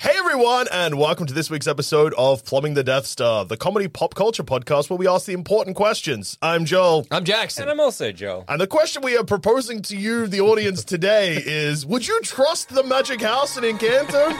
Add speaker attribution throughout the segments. Speaker 1: Hey everyone, and welcome to this week's episode of Plumbing the Death Star, the comedy pop culture podcast where we ask the important questions. I'm Joel.
Speaker 2: I'm Jackson.
Speaker 3: And I'm also Joel.
Speaker 1: And the question we are proposing to you, the audience, today is Would you trust the magic house in Encanto?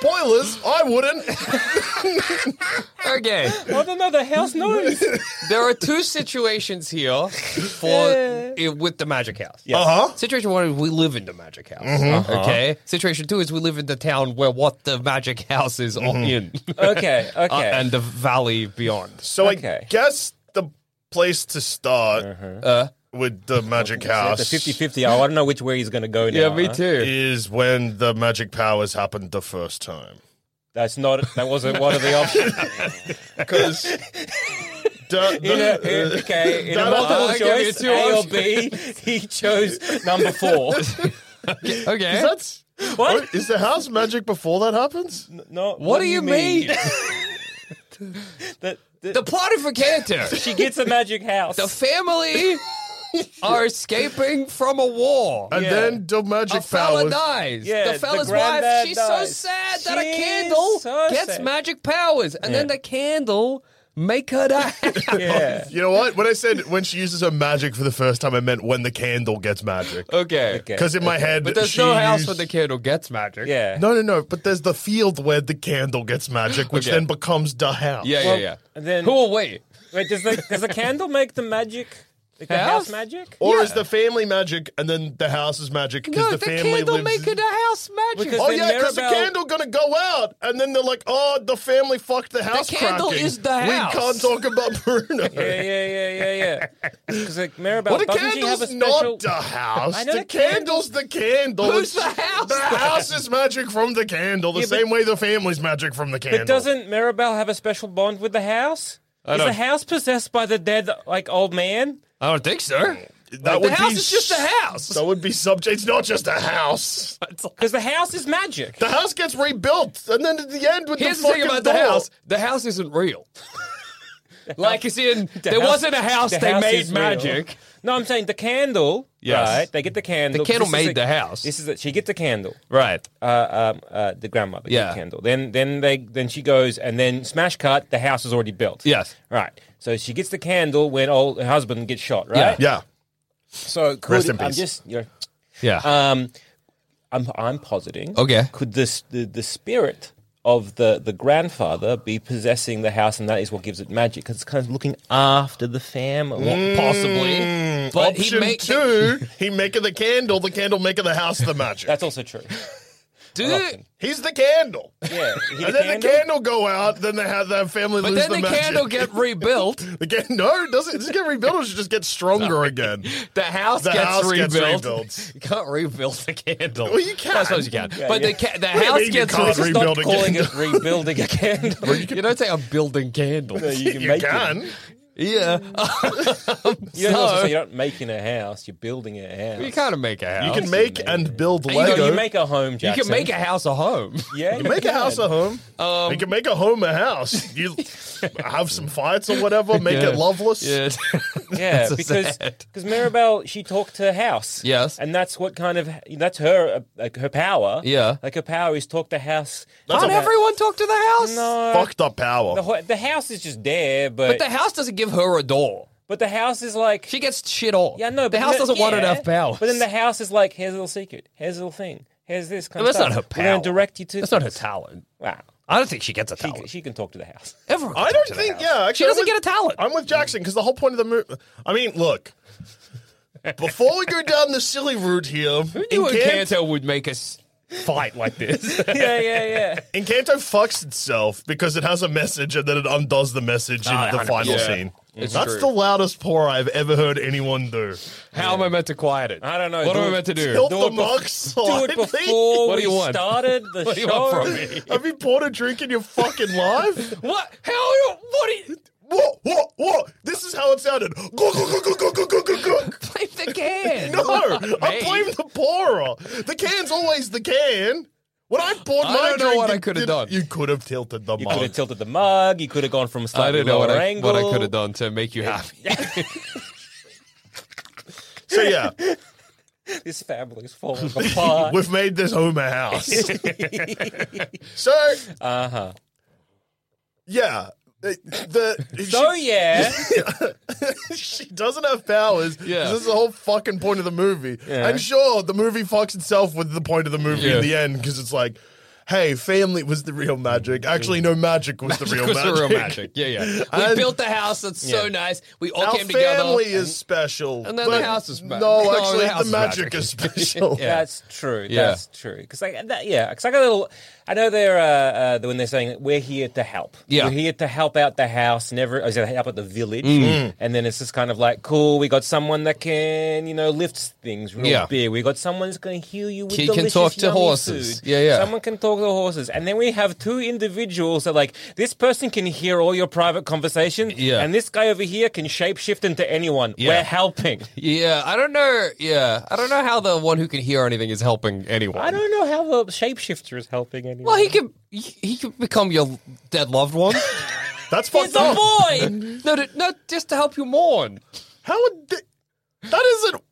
Speaker 1: Spoilers, I wouldn't.
Speaker 2: Okay.
Speaker 3: Not another house noise.
Speaker 2: There are two situations here for i- with the magic house.
Speaker 1: Uh huh.
Speaker 2: Situation one is we live in the magic house.
Speaker 3: Uh-huh.
Speaker 2: Okay. Situation two is we live in the town where what the magic house is on in.
Speaker 3: okay, okay.
Speaker 2: Uh, and the valley beyond.
Speaker 1: So I
Speaker 3: Okay.
Speaker 1: guess the place to start
Speaker 2: Uh.
Speaker 1: with the magic house
Speaker 3: the 50 50 hour. I don't know which way he's going to go now. huh?
Speaker 2: too.
Speaker 1: is when the magic powers happened the first time.
Speaker 3: That's not, that wasn't one of the options.
Speaker 1: Because.
Speaker 3: In a, in- okay, in a
Speaker 1: No, no,
Speaker 3: multiple
Speaker 2: I'll give you
Speaker 3: choice,
Speaker 2: two
Speaker 3: A or B, he chose number four.
Speaker 2: Okay.
Speaker 1: that's.
Speaker 3: What?
Speaker 1: Wait, Is the house magic before that happens?
Speaker 3: No,
Speaker 2: what, do you mean?
Speaker 3: That- that-
Speaker 2: the plot of Encanto.
Speaker 3: she gets a magic house.
Speaker 2: the family are escaping from a war.
Speaker 1: And
Speaker 3: Yeah.
Speaker 1: then the
Speaker 2: A
Speaker 1: magic
Speaker 2: fella
Speaker 1: powers.
Speaker 2: dies.
Speaker 3: Yeah,
Speaker 2: the
Speaker 3: the
Speaker 2: fella's wife,
Speaker 3: granddad
Speaker 2: she's so
Speaker 3: dies.
Speaker 2: sad that a
Speaker 3: She's
Speaker 2: candle
Speaker 3: so
Speaker 2: gets
Speaker 3: sad.
Speaker 2: magic powers. And then
Speaker 3: Yeah.
Speaker 2: the candle make her die.
Speaker 3: yeah.
Speaker 1: You know what? When I said when she uses her magic for the first time, I meant when the candle gets magic.
Speaker 2: okay.
Speaker 3: Okay.
Speaker 1: Because in my head,
Speaker 2: But there's
Speaker 1: she
Speaker 2: no house
Speaker 1: used-
Speaker 2: where the candle gets magic.
Speaker 3: Yeah.
Speaker 1: No, no, no. But there's the field where the candle gets magic, which
Speaker 2: Okay.
Speaker 1: then becomes the house.
Speaker 2: Yeah,
Speaker 3: Well,
Speaker 2: yeah, yeah.
Speaker 3: and then-
Speaker 2: Who will wait?
Speaker 3: Wait, does the, does the candle make the magic, like the
Speaker 2: House?
Speaker 3: house magic?
Speaker 1: Or is the family magic and then the house is magic because
Speaker 2: No,
Speaker 1: the,
Speaker 2: the,
Speaker 1: family
Speaker 2: candle
Speaker 1: lives.
Speaker 2: make it a house magic.
Speaker 3: Because
Speaker 1: oh
Speaker 3: then
Speaker 1: yeah, because the
Speaker 3: Mirabelle-
Speaker 1: candle gonna go out, and then they're like, "Oh, the family fucked the house."
Speaker 2: candle
Speaker 1: cracking.
Speaker 2: is the house."
Speaker 1: We can't talk about Bruno.
Speaker 3: Yeah, yeah, yeah, yeah, yeah. Because like Maribel,
Speaker 1: What a
Speaker 3: doesn't she have
Speaker 1: candle's
Speaker 3: a special?
Speaker 1: not the house.
Speaker 3: I know
Speaker 1: The
Speaker 3: the candle-
Speaker 1: candle's the candle.
Speaker 2: Who's
Speaker 1: It's-
Speaker 2: the house
Speaker 1: The
Speaker 2: then?
Speaker 1: house is magic from the candle, the
Speaker 3: Yeah, but-
Speaker 1: same way the family's magic from the candle.
Speaker 3: But doesn't Maribel have a special bond with the house?
Speaker 2: I
Speaker 3: Is
Speaker 2: don't-
Speaker 3: the house possessed by the dead, like old man?
Speaker 2: I don't think so.
Speaker 1: that
Speaker 2: the
Speaker 1: would
Speaker 2: house
Speaker 1: be
Speaker 2: is just a house.
Speaker 1: That would be subject. It's not just a house.
Speaker 3: Because the house is magic.
Speaker 1: The house gets rebuilt, and then at the end with
Speaker 2: Here's
Speaker 1: the
Speaker 2: the,
Speaker 1: fucking
Speaker 2: thing about
Speaker 1: door.
Speaker 2: the house. The house isn't real. like it's in there
Speaker 3: house-
Speaker 2: wasn't a house
Speaker 3: the
Speaker 2: they
Speaker 3: house
Speaker 2: made
Speaker 3: is real.
Speaker 2: magic.
Speaker 3: No, I'm saying the candle.
Speaker 2: Yes.
Speaker 3: Right? They get the candle.
Speaker 2: The candle
Speaker 3: This is
Speaker 2: made the house.
Speaker 3: This is it. She gets the candle.
Speaker 2: Right.
Speaker 3: Uh, um, uh, the grandmother gets
Speaker 2: Yeah.
Speaker 3: the candle. Then, then they, then she goes, and then smash cut. The house is already built.
Speaker 2: Yes.
Speaker 3: Right. So she gets the candle when old her husband gets shot. Right.
Speaker 2: Yeah.
Speaker 1: Yeah.
Speaker 3: So could,
Speaker 1: Rest in
Speaker 3: I'm
Speaker 1: peace.
Speaker 3: just you know,
Speaker 2: Yeah.
Speaker 3: Um, I'm I'm positing.
Speaker 2: Okay.
Speaker 3: Could this the, the spirit of the the grandfather be possessing the house, and that is what gives it magic? Because it's kind of looking after the family.
Speaker 2: Mm. possibly. But he
Speaker 1: Mm, Option
Speaker 2: make
Speaker 1: two, he making the candle. The candle making the house the magic.
Speaker 3: That's also true.
Speaker 2: do
Speaker 1: He's the candle.
Speaker 3: Yeah. He
Speaker 1: And then the candle go out. Then they have that family
Speaker 2: But
Speaker 1: lose
Speaker 2: then the,
Speaker 1: magic.
Speaker 2: candle get rebuilt.
Speaker 1: The can- no, it doesn't. It doesn't get rebuilt. It just gets stronger again.
Speaker 2: The house,
Speaker 1: The
Speaker 2: gets,
Speaker 1: house
Speaker 2: rebuilt.
Speaker 1: gets rebuilt.
Speaker 2: You can't rebuild the candle.
Speaker 1: Well, you can.
Speaker 2: I suppose you can.
Speaker 3: Yeah,
Speaker 2: but
Speaker 3: yeah.
Speaker 2: the ca- the
Speaker 1: do you
Speaker 2: house
Speaker 1: mean you
Speaker 2: gets
Speaker 1: can't
Speaker 3: It's
Speaker 1: re-
Speaker 2: rebuilt.
Speaker 3: not
Speaker 1: Rebuilding
Speaker 3: calling
Speaker 1: it.
Speaker 3: it rebuilding a candle.
Speaker 2: You don't say I'm building candles.
Speaker 3: you can
Speaker 1: You
Speaker 3: make
Speaker 1: can.
Speaker 3: it.
Speaker 2: Yeah.
Speaker 3: You don't
Speaker 2: So-
Speaker 3: say you're not making a house; you're building a house.
Speaker 2: you kind of make a house.
Speaker 1: You can make and build
Speaker 2: you
Speaker 1: Lego.
Speaker 3: No,
Speaker 2: go-
Speaker 3: you make a home,
Speaker 2: You
Speaker 3: Jackson.
Speaker 2: can make a house a home.
Speaker 3: Yeah,
Speaker 1: You make a house a home.
Speaker 2: Um,
Speaker 1: you can make a home a house. You have some fights or whatever. Make it loveless.
Speaker 2: Yeah.
Speaker 3: Yeah,
Speaker 2: so
Speaker 3: because
Speaker 2: sad.
Speaker 3: because Mirabelle she talked to House.
Speaker 2: Yes.
Speaker 3: and that's what kind of that's her uh, like her power.
Speaker 2: Yeah.
Speaker 3: like her power is talk to House.
Speaker 2: Can't
Speaker 3: about-
Speaker 2: everyone talk to the house?
Speaker 3: No,
Speaker 1: Fucked up
Speaker 3: the,
Speaker 1: power.
Speaker 3: ho- the house is just there, but,
Speaker 2: But the house doesn't give her a door.
Speaker 3: But the house is like
Speaker 2: She gets shit all.
Speaker 3: Yeah, no.
Speaker 2: the
Speaker 3: but
Speaker 2: house
Speaker 3: no-
Speaker 2: doesn't want
Speaker 3: yeah,
Speaker 2: enough powers.
Speaker 3: But then the house is like, here's a little secret, here's a little thing, here's this. Kind
Speaker 2: No, that's
Speaker 3: of
Speaker 2: not her
Speaker 3: stuff. We're
Speaker 2: power.
Speaker 3: gonna direct you to.
Speaker 2: That's not her
Speaker 3: this."
Speaker 2: talent.
Speaker 3: Wow.
Speaker 2: I don't think she gets a
Speaker 3: She,
Speaker 2: talent.
Speaker 3: she can talk to the house.
Speaker 2: Everyone
Speaker 1: I
Speaker 2: can
Speaker 1: don't
Speaker 2: talk to
Speaker 1: think.
Speaker 2: the house.
Speaker 1: Yeah, actually,
Speaker 2: she doesn't
Speaker 1: I'm
Speaker 2: get a
Speaker 1: with-
Speaker 2: talent.
Speaker 1: I'm with Jackson because the whole point of the movie. I mean, look. Before we go down the silly route here,
Speaker 2: Who knew
Speaker 1: Encan-
Speaker 2: Encanto would make us fight like this?
Speaker 3: yeah, yeah, yeah.
Speaker 1: Encanto fucks itself because it has a message and then it undoes the message in
Speaker 2: Ah,
Speaker 1: the
Speaker 2: 100%.
Speaker 1: final
Speaker 2: Yeah.
Speaker 1: scene.
Speaker 2: It's
Speaker 1: That's
Speaker 2: true.
Speaker 1: the loudest pour I've ever heard anyone do.
Speaker 2: How am I meant to quiet it?
Speaker 3: I don't know.
Speaker 2: What
Speaker 3: Do
Speaker 2: am I
Speaker 3: it-
Speaker 2: meant to do?
Speaker 1: Tilt
Speaker 3: Do
Speaker 1: the
Speaker 3: it bef-
Speaker 1: mug
Speaker 3: Do
Speaker 1: slightly.
Speaker 3: it before
Speaker 2: What do
Speaker 3: we
Speaker 2: you want?
Speaker 3: started the
Speaker 2: What do you
Speaker 3: show.
Speaker 2: want from me?
Speaker 1: Have you poured a drink in your fucking life?
Speaker 2: What? How? do- What? do you-
Speaker 1: Whoa, whoa, whoa! This is how it sounded. Go, go, go, go, go, go, go, go, go.
Speaker 2: Play the can.
Speaker 1: No, I
Speaker 2: Me?
Speaker 1: blame the pourer. The can's always the can. When I poured
Speaker 2: I
Speaker 1: my
Speaker 2: don't know
Speaker 1: drink,
Speaker 2: what I
Speaker 1: it
Speaker 2: could have
Speaker 1: didn't-
Speaker 2: done.
Speaker 1: You could have tilted the
Speaker 3: You could
Speaker 1: mug.
Speaker 3: have tilted the mug. You could have gone from a
Speaker 2: I
Speaker 3: slightly
Speaker 2: don't know what
Speaker 3: lower
Speaker 2: I,
Speaker 3: angle.
Speaker 2: what I could have done to make you happy.
Speaker 1: so yeah,
Speaker 3: This family's falling apart.
Speaker 1: we've made this home a house. so uh huh.
Speaker 2: Uh-huh.
Speaker 1: Yeah. The, the-
Speaker 3: so yeah,
Speaker 1: she doesn't have powers.
Speaker 2: Yeah.
Speaker 1: This is the whole fucking point of the movie.
Speaker 3: Yeah.
Speaker 1: And sure, the movie fucks itself with the point of the movie
Speaker 2: Yeah.
Speaker 1: in the end because it's like, hey, family was the real magic. Actually, no, magic was the real
Speaker 2: Because
Speaker 1: magic.
Speaker 2: we're real Mm. magic. Yeah, yeah. We
Speaker 1: And-
Speaker 2: built the house. That's so
Speaker 3: Yeah.
Speaker 2: nice. We all
Speaker 1: Our
Speaker 2: came together.
Speaker 1: family is special.
Speaker 2: And then the
Speaker 1: but
Speaker 2: house is ma-
Speaker 1: No,
Speaker 2: no, the
Speaker 1: actually,
Speaker 2: house
Speaker 1: the
Speaker 2: is
Speaker 1: magic
Speaker 2: magic.
Speaker 1: is special.
Speaker 2: Yeah.
Speaker 3: that's true.
Speaker 2: Yeah.
Speaker 3: That's true. Because like that, yeah. Because I got a little. I know they're uh, uh, when they're saying we're here to help.
Speaker 2: Yeah. Mm.
Speaker 3: we're here to help out the house and every. I said help out the village. Mm. And then it's just kind of like cool. We got someone that can you know lift things real
Speaker 2: Yeah.
Speaker 3: big. We got someone that's going to heal you with
Speaker 2: He can
Speaker 3: delicious,
Speaker 2: talk to
Speaker 3: yummy
Speaker 2: horses.
Speaker 3: food.
Speaker 2: Yeah, yeah.
Speaker 3: Someone can talk to horses. And then we have two individuals that like this person can hear all your private conversations.
Speaker 2: Yeah.
Speaker 3: and this guy over here can shapeshift into anyone.
Speaker 2: Yeah.
Speaker 3: We're helping.
Speaker 2: Yeah, I don't know. Yeah, I don't know how the one who can hear anything is helping anyone.
Speaker 3: I don't know how the shapeshifter is helping anyone.
Speaker 2: Well, he could he- he could become your dead loved one.
Speaker 1: That's fucked
Speaker 3: It's a
Speaker 1: up.
Speaker 3: boy.
Speaker 2: no, no, no, just to help you mourn.
Speaker 1: How would they, that isn't.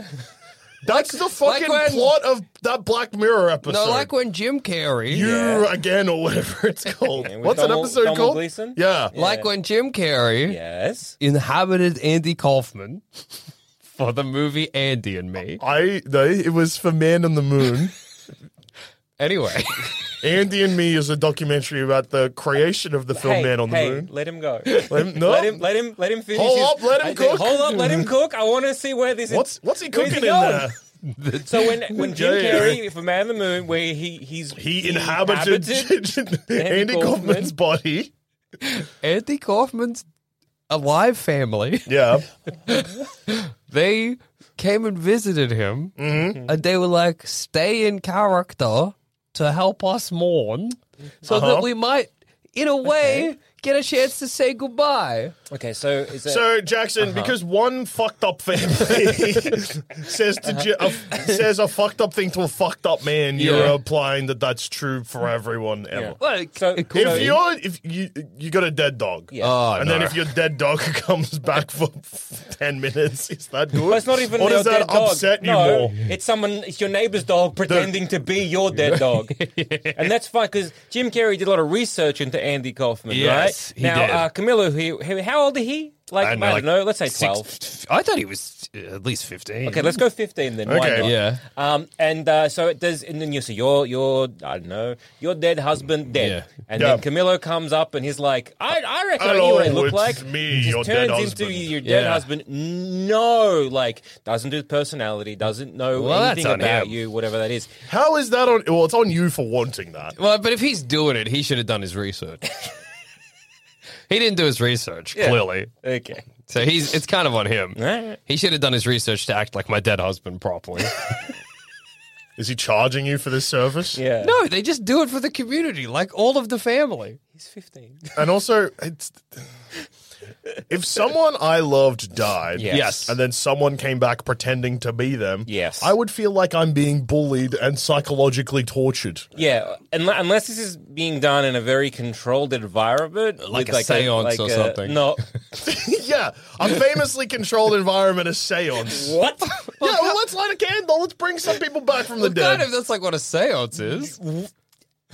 Speaker 1: That's the fucking
Speaker 2: when-
Speaker 1: plot of that Black Mirror episode.
Speaker 2: No, like when Jim Carrey.
Speaker 1: you again or whatever it's called.
Speaker 3: Yeah, with
Speaker 1: What's an
Speaker 3: Donald-
Speaker 1: episode
Speaker 3: Donald
Speaker 1: called?
Speaker 3: Gleason?
Speaker 1: Yeah.
Speaker 2: Like when Jim Carrey
Speaker 3: yes.
Speaker 2: inhabited Andy Kaufman for the movie Andy and Me.
Speaker 1: I no, it was for Man on the Moon.
Speaker 2: Anyway,
Speaker 1: Andy and Me is a documentary about the creation of the film
Speaker 3: hey,
Speaker 1: Man on the
Speaker 3: hey,
Speaker 1: Moon.
Speaker 3: Let him go.
Speaker 1: Let him- no.
Speaker 3: Let him. Let him. Let him finish.
Speaker 1: Hold
Speaker 3: his-
Speaker 1: up, let him
Speaker 3: I think-
Speaker 1: cook.
Speaker 3: Hold up. Let him cook. I want to see where this. is-
Speaker 1: What's what's he
Speaker 3: where's
Speaker 1: cooking in
Speaker 3: going?
Speaker 1: there?
Speaker 3: So when when Jim
Speaker 1: Yeah, yeah.
Speaker 3: Carrey for Man on the Moon, where he he's
Speaker 1: He inhabited, Andy
Speaker 3: Andy Kaufman.
Speaker 1: Kaufman's body.
Speaker 2: Andy Kaufman's alive family
Speaker 1: Yeah.
Speaker 2: they came and visited him, and they were like, "Stay in character to help us mourn, so that we might, in a way, get a chance to say goodbye."
Speaker 3: okay, so is it,
Speaker 1: So Jackson,
Speaker 3: Uh-huh.
Speaker 1: because one fucked up family says to Ji- a, says a fucked up thing to a fucked up man, you're
Speaker 2: Yeah.
Speaker 1: implying that that's true for everyone ever.
Speaker 2: Well, it,
Speaker 3: So-
Speaker 2: it could
Speaker 1: If
Speaker 2: be.
Speaker 1: you're if you you got a dead dog,
Speaker 3: Yeah. Oh,
Speaker 1: and then if your dead dog comes back for ten minutes, is that good?
Speaker 3: But it's not even
Speaker 1: Or
Speaker 3: your
Speaker 1: does that
Speaker 3: dead dog.
Speaker 1: upset you
Speaker 3: no,
Speaker 1: more?
Speaker 3: It's someone. It's your neighbor's dog pretending to be your dead dog, and that's fine because Jim Carrey did a lot of research into Andy Kaufman.
Speaker 2: Yes,
Speaker 3: right?
Speaker 2: he
Speaker 3: now,
Speaker 2: did.
Speaker 3: Uh, Camilo, he, he- how old is he? Like I don't know,
Speaker 2: like
Speaker 3: let's say
Speaker 2: six-
Speaker 3: twelve.
Speaker 2: I thought he was uh, at least fifteen.
Speaker 3: Okay, let's go fifteen then. Why
Speaker 1: Okay.
Speaker 3: not?
Speaker 2: Yeah.
Speaker 3: Um, and uh, so it does, and then you see your your I don't know your dead husband dead,
Speaker 2: Yeah.
Speaker 3: and
Speaker 1: Yeah.
Speaker 3: then Camilo comes up and he's like, I I reckon I
Speaker 1: Hello,
Speaker 3: knew what I look
Speaker 1: it's
Speaker 3: like.
Speaker 1: me,
Speaker 3: He just
Speaker 1: your dead
Speaker 3: turns
Speaker 1: husband.
Speaker 3: into your dead
Speaker 2: Yeah.
Speaker 3: husband. No, like doesn't do personality, doesn't know
Speaker 2: Well, that's
Speaker 3: anything
Speaker 2: on
Speaker 3: about
Speaker 2: him.
Speaker 3: you, whatever that is.
Speaker 1: How is that on? Well, it's on you for wanting that.
Speaker 2: Well, but if he's doing it, he should have done his research. he didn't do his research clearly,
Speaker 3: Okay,
Speaker 2: so he's it's kind of on him.
Speaker 3: Alright.
Speaker 2: He should have done his research to act like my dead husband properly.
Speaker 1: Is he charging you for this service?
Speaker 3: yeah,
Speaker 2: no, they just do it for the community, like all of the family.
Speaker 3: he's fifteen.
Speaker 1: And also, it's if someone I loved died,
Speaker 3: Yes. Yes.
Speaker 1: and then someone came back pretending to be them,
Speaker 3: Yes.
Speaker 1: I would feel like I'm being bullied and psychologically tortured.
Speaker 3: Yeah, unle- unless this is being done in a very controlled environment,
Speaker 2: Like
Speaker 3: with
Speaker 2: a seance or something.
Speaker 3: No,
Speaker 1: yeah, a famously controlled environment is seance.
Speaker 3: what?
Speaker 1: yeah, well, let's light a candle. Let's bring some people back from the
Speaker 2: Well,
Speaker 1: dead.
Speaker 2: Kind of, that's like what a seance is.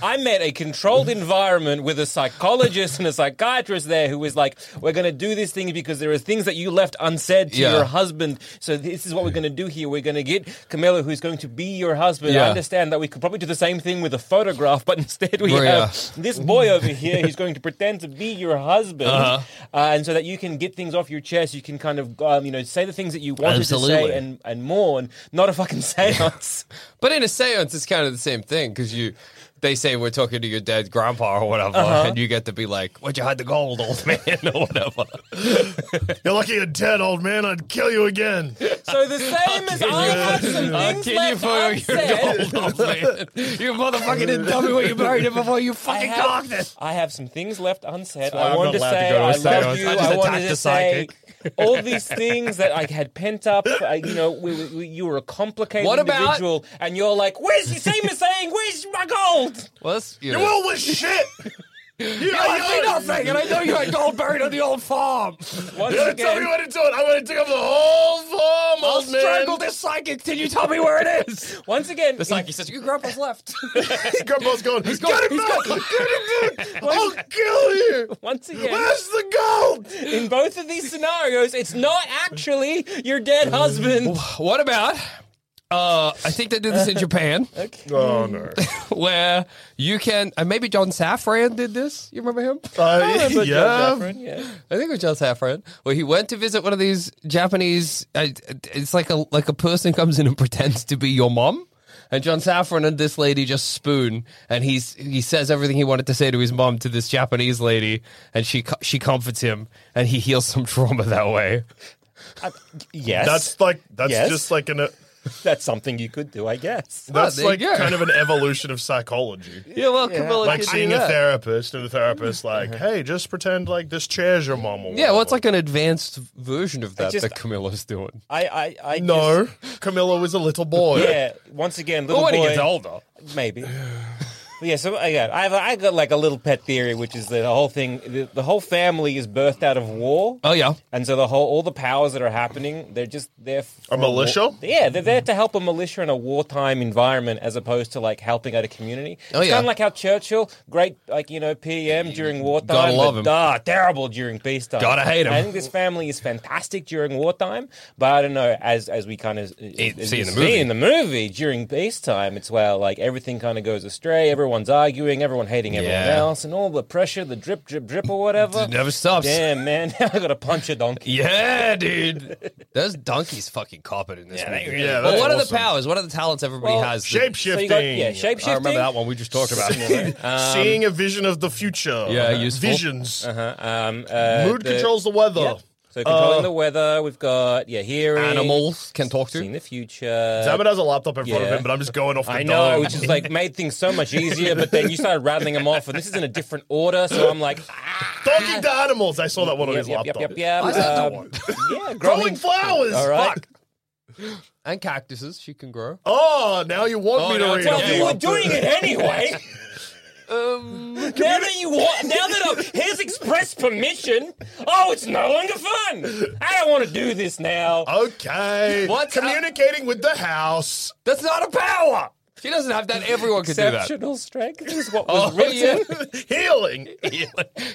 Speaker 3: I met a controlled environment with a psychologist and a psychiatrist there who was like, "We're going to do this thing because there are things that you left unsaid to
Speaker 2: Yeah.
Speaker 3: your husband. So this is what we're going to do here. We're going to get Camilla, who's going to be your husband. I
Speaker 2: Yeah.
Speaker 3: understand that we could probably do the same thing with a photograph, but instead we
Speaker 2: Well,
Speaker 3: have
Speaker 2: Oh, yeah.
Speaker 3: this boy over here who's going to pretend to be your husband,
Speaker 2: Uh-huh.
Speaker 3: uh and so that you can get things off your chest. You can kind of, um, you know, say the things that you wanted to
Speaker 2: Absolutely.
Speaker 3: say and and more, and not a fucking séance."
Speaker 2: But in a seance, it's kind of the same thing because you, they say we're talking to your dead grandpa or whatever, and you get to be like, "Where'd you hide the gold, old man?" or whatever.
Speaker 1: You're lucky you're dead, old man. I'd kill you again.
Speaker 3: So the same as I had some things
Speaker 2: Uh, can you
Speaker 3: left
Speaker 2: photo your
Speaker 3: unsaid.
Speaker 2: gold, old man? You motherfucking didn't tell me where you buried it before you
Speaker 3: I
Speaker 2: fucking cocked
Speaker 3: have,
Speaker 2: it.
Speaker 3: I have some things left unsaid.
Speaker 1: why
Speaker 3: I
Speaker 1: I'm
Speaker 3: wanted
Speaker 1: not
Speaker 3: to
Speaker 1: allowed to go to a
Speaker 3: say I love
Speaker 1: seance.
Speaker 3: you.
Speaker 1: I
Speaker 3: I,
Speaker 1: just
Speaker 3: wanted
Speaker 1: attacked
Speaker 3: to
Speaker 1: the
Speaker 3: say
Speaker 1: psychic.
Speaker 3: all these things that I had pent up. I, you know, we, we- we- you were a complicated
Speaker 2: What about-
Speaker 3: individual, and you're like, "Where's the same as saying, where's my gold?"
Speaker 2: Well, that's, you
Speaker 1: You
Speaker 2: know,
Speaker 1: all was shit. You, you,
Speaker 2: I see nothing, and I know you had gold buried on the old farm.
Speaker 3: Once
Speaker 1: You tell me
Speaker 3: again,
Speaker 1: what to do. I want to take up the whole farm,
Speaker 2: I'll
Speaker 1: old man.
Speaker 2: strangle this psychic. Did you tell me where it is?
Speaker 3: once again,
Speaker 2: The psychic says, "Your grandpa's left."
Speaker 1: Grandpa's gone. Get
Speaker 2: gone.
Speaker 1: him
Speaker 2: He's
Speaker 1: back.
Speaker 2: gone.
Speaker 1: Get him back. I'll kill you.
Speaker 3: once again,
Speaker 1: Where's the gold?
Speaker 3: in both of these scenarios, it's not actually your dead husband.
Speaker 2: what about? Uh, I think they do this in Japan.
Speaker 1: Oh
Speaker 3: Mm.
Speaker 1: no.
Speaker 2: where you can, and maybe John Safran did this. You remember him?
Speaker 3: Uh, But you're
Speaker 1: yeah.
Speaker 3: different, yeah.
Speaker 2: I think it was John Safran, where he went to visit one of these Japanese. Uh, it's like a like a person comes in and pretends to be your mom. And John Safran and this lady just spoon, and he's he says everything he wanted to say to his mom to this Japanese lady, and she co- she comforts him, and he heals some trauma that way.
Speaker 3: Uh, yes,
Speaker 1: That's like that's
Speaker 3: Yes.
Speaker 1: just like an. uh,
Speaker 3: that's something you could do, I guess.
Speaker 1: That's
Speaker 2: there you
Speaker 1: like
Speaker 2: go.
Speaker 1: kind of an evolution of psychology.
Speaker 2: Yeah, well, Camilla
Speaker 1: like
Speaker 2: could do
Speaker 1: seeing a
Speaker 2: that.
Speaker 1: therapist and the therapist
Speaker 3: Mm-hmm.
Speaker 1: like, hey, just pretend like this chair's your mom. Or
Speaker 2: Yeah, well, it's
Speaker 1: whatever."
Speaker 2: like an advanced version of that
Speaker 3: just-
Speaker 2: that Camilla's doing.
Speaker 3: I, I, I
Speaker 1: no, Camilla was a little boy.
Speaker 3: just- yeah. Once again, little
Speaker 2: But when
Speaker 3: boy.
Speaker 2: he gets older,
Speaker 3: maybe. But yeah, so I got, I, have, I got like a little pet theory, which is that the whole thing, the, the whole family is birthed out of war.
Speaker 2: oh yeah,
Speaker 3: And so the whole, all the powers that are happening, they're just there. For
Speaker 1: A militia?
Speaker 3: war- yeah, they're there to help a militia in a wartime environment, as opposed to like helping out a community.
Speaker 2: Oh,
Speaker 3: it's
Speaker 2: yeah.
Speaker 3: kind of like how Churchill, great like you know PM during wartime,
Speaker 2: Gotta love
Speaker 3: but
Speaker 2: him.
Speaker 3: ah, terrible during peacetime.
Speaker 2: Gotta hate him.
Speaker 3: I think this family is fantastic during wartime, but I don't know as as we kind of
Speaker 2: It- see in the
Speaker 3: See
Speaker 2: movie.
Speaker 3: in the movie during peacetime, it's where like everything kind of goes astray. Everyone's arguing, everyone hating everyone
Speaker 2: Yeah.
Speaker 3: else, and all the pressure, the drip, drip, drip, or whatever.
Speaker 2: it never stops.
Speaker 3: Damn, man. I got to punch a donkey.
Speaker 2: Yeah, dude. Those donkeys fucking cop it in this
Speaker 3: Yeah,
Speaker 2: movie.
Speaker 3: they really
Speaker 1: Yeah,
Speaker 2: but
Speaker 1: that's
Speaker 2: what are the
Speaker 1: awesome.
Speaker 2: powers? What are the talents everybody
Speaker 3: Well,
Speaker 2: has? that-
Speaker 1: Shape
Speaker 3: So you
Speaker 1: shifting.
Speaker 3: got- yeah, shape shifting.
Speaker 2: I remember that one we just talked about.
Speaker 1: Seeing a vision of the future.
Speaker 2: Yeah, useful.
Speaker 1: Visions.
Speaker 3: Um, uh,
Speaker 1: Mood controls the weather.
Speaker 3: yeah. So controlling
Speaker 1: Uh,
Speaker 3: the weather, we've got yeah, hearing,
Speaker 2: Animals can talk
Speaker 3: seeing
Speaker 2: to.
Speaker 3: the future.
Speaker 1: Damon has a laptop in front of
Speaker 3: Uh, Yeah.
Speaker 1: him, but I'm just going off the
Speaker 3: I know,
Speaker 1: dome.
Speaker 3: which is like made things so much easier. But then you started rattling them off, and this is in a different order. So I'm like, ah,
Speaker 1: Talking to animals. I saw that one on
Speaker 3: yep,
Speaker 1: his
Speaker 3: yep,
Speaker 1: laptop.
Speaker 3: yep, yep, yep.
Speaker 2: I said
Speaker 3: um,
Speaker 2: no one.
Speaker 3: yeah,
Speaker 1: Growing
Speaker 3: growing.
Speaker 1: flowers.
Speaker 3: All right.
Speaker 1: Fuck.
Speaker 2: And cactuses, she can grow.
Speaker 1: Oh, now you want
Speaker 2: Oh,
Speaker 1: me
Speaker 2: now
Speaker 1: to
Speaker 2: it's
Speaker 1: read
Speaker 2: all
Speaker 1: it.
Speaker 3: Well, you were doing it anyway.
Speaker 2: Um,
Speaker 3: now that you want, now that I'm, here's express permission. Oh, it's no longer fun. I don't want to do this now.
Speaker 1: Okay.
Speaker 2: What's up?
Speaker 1: Communicating with the house.
Speaker 2: that's not a power. She doesn't have that. Everyone can do that.
Speaker 3: Exceptional strength is what
Speaker 2: Oh,
Speaker 3: was written.
Speaker 1: Healing.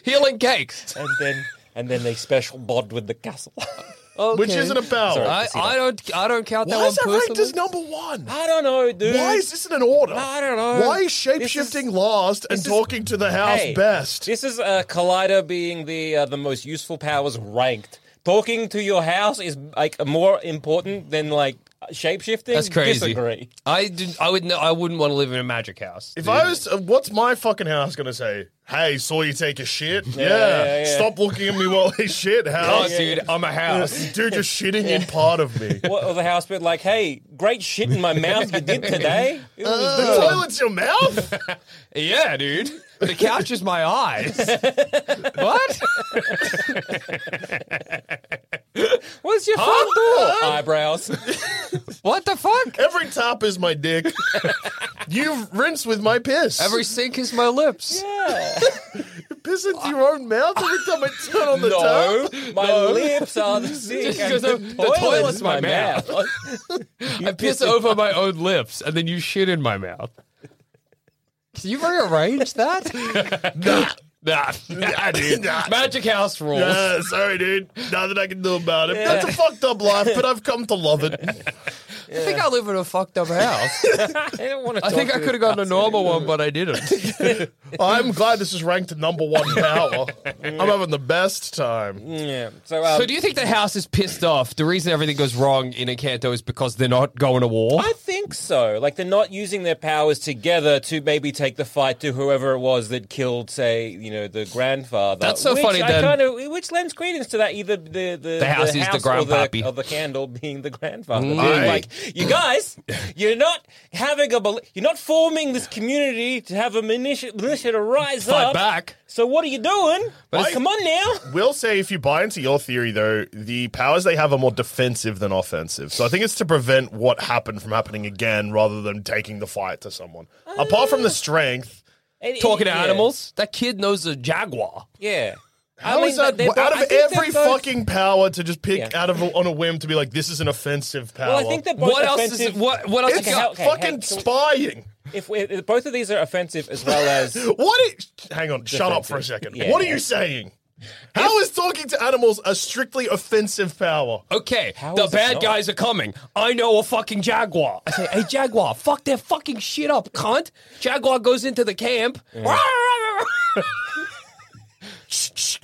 Speaker 2: Healing cakes.
Speaker 3: and then and then they special bond with the castle.
Speaker 1: Which
Speaker 2: Okay.
Speaker 1: isn't a power.
Speaker 3: Sorry.
Speaker 2: I, I don't. I don't count that
Speaker 1: Why
Speaker 2: one
Speaker 1: is that ranked
Speaker 2: personally.
Speaker 1: as number one?
Speaker 3: I don't know, dude.
Speaker 1: Why is this in an order?
Speaker 3: I don't know.
Speaker 1: Why is
Speaker 3: This is-
Speaker 1: shapeshifting last and
Speaker 3: this is-
Speaker 1: talking to the house
Speaker 3: Hey,
Speaker 1: best?
Speaker 3: This is uh, Collider being the uh, the most useful powers ranked. Talking to your house is like more important than like shapeshifting.
Speaker 2: That's crazy.
Speaker 3: Disagree.
Speaker 2: I didn't, I would. No, I wouldn't want to live in a magic house.
Speaker 1: If
Speaker 2: dude.
Speaker 1: I was, uh, what's my fucking house gonna say? Hey, saw you take a shit. Yeah,
Speaker 3: yeah, yeah.
Speaker 1: stop looking at me while I shit,
Speaker 2: oh,
Speaker 1: house.
Speaker 2: dude, I'm a house.
Speaker 1: Dude, you're shitting in part of me.
Speaker 3: What or the house bit like, hey, great shit in my mouth you did today. It was
Speaker 1: The
Speaker 3: good.
Speaker 1: toilet's your mouth.
Speaker 2: yeah, dude. The couch is my eyes. what?
Speaker 3: Where's your front door? Eyebrows.
Speaker 2: What the fuck?
Speaker 1: Every top is my dick. you rinse with my piss.
Speaker 2: Every sink is my lips.
Speaker 1: piss into your own mouth every time I turn on the
Speaker 3: No,
Speaker 1: tub.
Speaker 3: my lips are the sink.
Speaker 2: Just because
Speaker 3: and the,
Speaker 2: of- the
Speaker 3: toilet's
Speaker 2: toilet's
Speaker 3: my
Speaker 2: my
Speaker 3: mouth.
Speaker 2: I piss over my own lips and then you shit in my mouth. Can you rearrange that?
Speaker 1: Nah,
Speaker 2: nah.
Speaker 1: nah, dude. Nah.
Speaker 2: Magic house rules.
Speaker 1: Yeah, sorry, dude. Nothing I can do about it. That's a fucked up life, but I've come to love it.
Speaker 2: I think I live in a fucked up house.
Speaker 3: I don't want to.
Speaker 2: I think I could have gotten a normal one, but I didn't.
Speaker 1: I'm glad this is ranked at number one power. I'm having the best time.
Speaker 3: Yeah. So, um,
Speaker 2: so do you think the house is pissed off? The reason everything goes wrong in Encanto is because they're not going to war?
Speaker 3: I think so. Like they're not using their powers together to maybe take the fight to whoever it was that killed, say, you know, the grandfather.
Speaker 2: That's so
Speaker 3: which
Speaker 2: funny
Speaker 3: I
Speaker 2: then.
Speaker 3: kind of, which lends credence to that either the the,
Speaker 2: house is the
Speaker 3: or
Speaker 2: grandpappy.
Speaker 3: or the candle being the grandfather. Being
Speaker 1: Aye.
Speaker 3: like you guys, you're not having a bel- you're not forming this community to have a militia, militia to rise
Speaker 2: Fight
Speaker 3: up.
Speaker 2: back.
Speaker 3: So what are you doing?
Speaker 1: But
Speaker 3: Come on now.
Speaker 1: Will say, if you buy into your theory, though, the powers they have are more defensive than offensive. So I think it's to prevent what happened from happening again rather than taking the fight to someone. Apart from the strength,
Speaker 3: It- it-
Speaker 2: Talking to
Speaker 3: yeah.
Speaker 2: animals? That kid knows a jaguar.
Speaker 3: Yeah. I
Speaker 1: how
Speaker 3: mean,
Speaker 1: is that
Speaker 3: they're both-
Speaker 1: out
Speaker 3: I
Speaker 1: of
Speaker 3: think they're
Speaker 1: every
Speaker 3: both-
Speaker 1: fucking power to just pick
Speaker 3: Yeah.
Speaker 1: out of on a whim to be like, this is an offensive power?
Speaker 3: Well, I think they're both
Speaker 2: What else is
Speaker 3: offensive.
Speaker 2: what what else
Speaker 1: it's
Speaker 2: you
Speaker 3: how-
Speaker 2: got?
Speaker 3: okay,
Speaker 1: fucking
Speaker 3: hey, so-
Speaker 1: spying.
Speaker 3: if, we, if both of these are offensive as well as
Speaker 1: What? i- hang on, shut up for a second.
Speaker 3: Yeah.
Speaker 1: What are you saying? How is talking to animals a strictly offensive power?
Speaker 2: Okay,
Speaker 3: How
Speaker 2: the
Speaker 3: is it
Speaker 2: bad
Speaker 3: not?
Speaker 2: guys are coming. I know a fucking jaguar. I say, hey, jaguar, fuck their fucking shit up, cunt. Jaguar goes into the camp.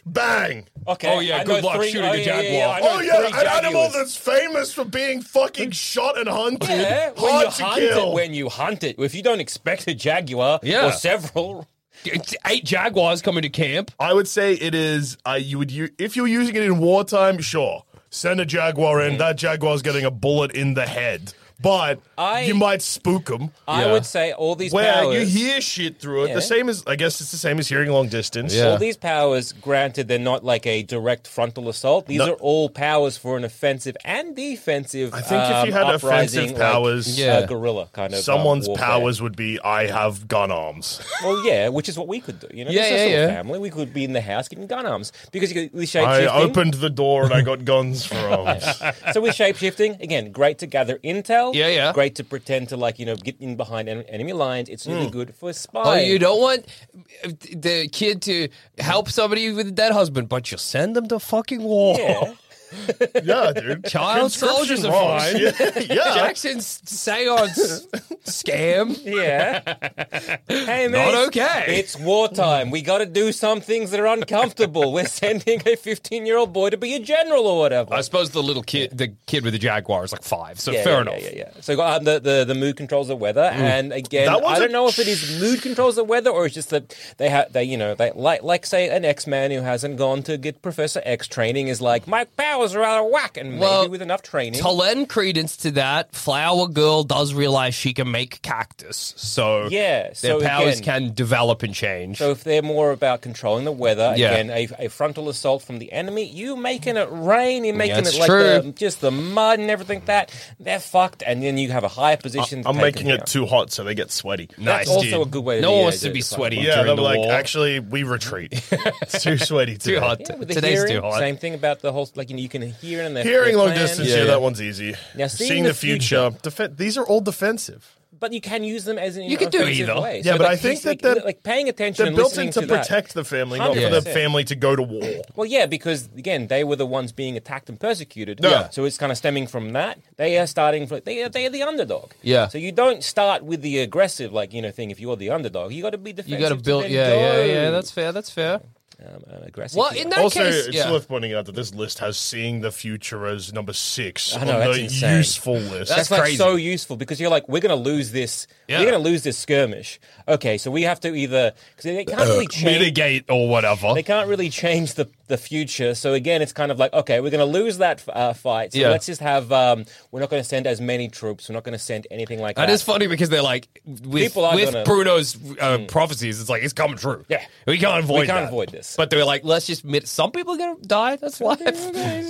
Speaker 1: Bang!
Speaker 3: okay.
Speaker 2: Oh, yeah,
Speaker 3: I
Speaker 2: good
Speaker 3: know
Speaker 2: luck shooting a
Speaker 3: I
Speaker 2: jaguar.
Speaker 3: know
Speaker 1: Oh yeah,
Speaker 3: three
Speaker 1: an animal
Speaker 3: jaguars.
Speaker 1: that's famous for being fucking shot and hunted,
Speaker 3: yeah,
Speaker 1: hard
Speaker 3: when you
Speaker 1: to
Speaker 3: hunt
Speaker 1: kill.
Speaker 3: it, when you hunt it, if you don't expect a jaguar
Speaker 2: Yeah.
Speaker 3: or several,
Speaker 2: It's Eight jaguars coming to camp.
Speaker 1: I would say it is. Uh, you would u- if you're using it in wartime, sure. Send a jaguar
Speaker 3: Mm.
Speaker 1: in. That jaguar's getting a bullet in the head, but
Speaker 3: I-
Speaker 1: you might spook him.
Speaker 3: I
Speaker 2: Yeah.
Speaker 3: would say all these
Speaker 1: Where
Speaker 3: powers.
Speaker 1: you hear shit through it,
Speaker 3: Yeah.
Speaker 1: the same as I guess it's the same as hearing long distance.
Speaker 2: Yeah.
Speaker 3: all these powers, granted, they're not like a direct frontal assault. These
Speaker 1: No.
Speaker 3: are all powers for an offensive and defensive.
Speaker 1: I think if
Speaker 3: Um,
Speaker 1: you had offensive powers,
Speaker 2: Yeah.
Speaker 3: a gorilla kind of um,
Speaker 1: someone's
Speaker 3: warfare.
Speaker 1: powers would be I have gun arms.
Speaker 3: Well, yeah, which is what we could do. You know,
Speaker 2: Yeah,
Speaker 3: this is
Speaker 2: yeah,
Speaker 3: still a
Speaker 2: yeah.
Speaker 3: family. We could be in the house getting gun arms because you could, we shape
Speaker 1: I
Speaker 3: shifting.
Speaker 1: opened the door and I got guns for arms.
Speaker 3: so we're shape shifting again. Great to gather intel.
Speaker 2: Yeah, yeah.
Speaker 3: Great to pretend to like you know get in behind en- enemy lines. It's really
Speaker 1: Hmm.
Speaker 3: good for spying.
Speaker 2: Oh, you don't want the kid to help somebody with a dead husband, but you send them to fucking war.
Speaker 3: Yeah.
Speaker 1: yeah, dude.
Speaker 2: Child
Speaker 1: Conscription
Speaker 2: soldiers are
Speaker 1: laws.
Speaker 2: fine.
Speaker 1: Yeah. yeah.
Speaker 2: Jackson's seance scam.
Speaker 3: Yeah. hey, man.
Speaker 2: Not okay.
Speaker 3: It's wartime. We got to do some things that are uncomfortable. We're sending a 15 year old boy to be a general or whatever.
Speaker 2: I suppose the little kid, the kid with the jaguar, is like five, so
Speaker 3: Yeah,
Speaker 2: fair
Speaker 3: yeah,
Speaker 2: enough. Mm.
Speaker 3: Yeah, yeah, yeah. So um, the, the the mood controls the weather, and again,
Speaker 1: That one's
Speaker 3: I
Speaker 1: a-
Speaker 3: don't know if it is mood controls the weather or it's just that they have they you know they like like say an X man who hasn't gone to get Professor X training is like my powers are out of whack, and
Speaker 2: Well,
Speaker 3: maybe with enough training.
Speaker 2: To lend credence to that, Flower Girl does realize she can make cactus, so
Speaker 3: Yeah,
Speaker 2: their
Speaker 3: so
Speaker 2: powers
Speaker 3: again-
Speaker 2: can develop and change.
Speaker 3: so if they're more about controlling the weather,
Speaker 2: Yeah.
Speaker 3: again, a, a frontal assault from the enemy, you making it rain, you making
Speaker 2: That's
Speaker 3: it like
Speaker 2: true.
Speaker 3: the, just the mud and everything like that they're fucked, and then you have a higher position. to
Speaker 1: I'm
Speaker 3: take
Speaker 1: making
Speaker 3: them
Speaker 1: it
Speaker 3: down.
Speaker 1: too hot so they get sweaty.
Speaker 3: That's
Speaker 2: nice,
Speaker 3: also
Speaker 2: dude.
Speaker 3: a good way. To
Speaker 2: No
Speaker 3: be,
Speaker 2: one
Speaker 3: uh,
Speaker 2: wants to
Speaker 3: to
Speaker 2: be
Speaker 3: fight.
Speaker 2: sweaty
Speaker 1: Yeah,
Speaker 2: during
Speaker 1: they're
Speaker 2: the
Speaker 1: like,
Speaker 2: war.
Speaker 1: actually, we retreat. it's too sweaty today.
Speaker 2: too hot.
Speaker 3: Yeah, with the
Speaker 2: Today's
Speaker 3: hearing,
Speaker 2: too hot.
Speaker 3: Same thing about the whole like you know you can hear it in their
Speaker 1: Hearing
Speaker 3: their
Speaker 1: long
Speaker 3: plan,
Speaker 1: distance, yeah,
Speaker 2: Yeah, yeah.
Speaker 1: that one's easy.
Speaker 3: Now,
Speaker 1: seeing,
Speaker 3: seeing
Speaker 1: the,
Speaker 3: the
Speaker 1: future, defen- these are all defensive.
Speaker 3: but you can use them as an
Speaker 2: You could do
Speaker 3: offensive
Speaker 2: either.
Speaker 3: Way.
Speaker 1: Yeah,
Speaker 3: So,
Speaker 1: but
Speaker 3: like,
Speaker 1: I think
Speaker 3: he's,
Speaker 1: that
Speaker 3: like,
Speaker 1: they're-
Speaker 3: like paying attention.
Speaker 1: They're
Speaker 3: and
Speaker 1: built
Speaker 3: listening
Speaker 1: in to,
Speaker 3: that.
Speaker 1: protect the family, not for the
Speaker 3: 100%.
Speaker 1: family to go to war.
Speaker 3: Well, yeah, because again, they were the ones being attacked and persecuted.
Speaker 1: Yeah.
Speaker 3: So it's kind of stemming from that. They are starting from they are, they are the underdog.
Speaker 2: Yeah.
Speaker 3: So you don't start with the aggressive like you know thing. If you're the underdog, you got to be
Speaker 2: you
Speaker 3: defensive.
Speaker 2: got to build.
Speaker 3: then
Speaker 2: Yeah,
Speaker 3: go.
Speaker 2: yeah, yeah. That's fair. That's fair.
Speaker 3: um, uh, aggressive.
Speaker 2: Well,
Speaker 3: to
Speaker 2: in
Speaker 3: you.
Speaker 2: that
Speaker 1: Also,
Speaker 2: case,
Speaker 1: it's
Speaker 2: yeah.
Speaker 1: worth pointing out that this list has seeing the future as number six
Speaker 3: I know,
Speaker 1: on
Speaker 3: that's
Speaker 1: the
Speaker 3: insane.
Speaker 1: useful list.
Speaker 2: That's
Speaker 3: That's like
Speaker 2: crazy.
Speaker 3: so useful because you're like, we're going to lose this.
Speaker 2: Yeah.
Speaker 3: We're going to lose this skirmish. Okay, so we have to either because they can't really change.
Speaker 1: mitigate or whatever.
Speaker 3: They can't really change the the future. So again, it's kind of like, okay, we're going to lose that uh, fight. So
Speaker 2: Yeah.
Speaker 3: let's just have. Um, we're not going to send as many troops. We're not going to send anything like that.
Speaker 2: That is funny because they're like with,
Speaker 3: People are
Speaker 2: with
Speaker 3: gonna- Hmm.
Speaker 2: Bruno's uh, prophecies. It's like it's coming true.
Speaker 3: Yeah.
Speaker 2: we can't avoid.
Speaker 3: We can't
Speaker 2: that.
Speaker 3: avoid this.
Speaker 2: But they're like, let's just. Mit- Some people are gonna die. That's life.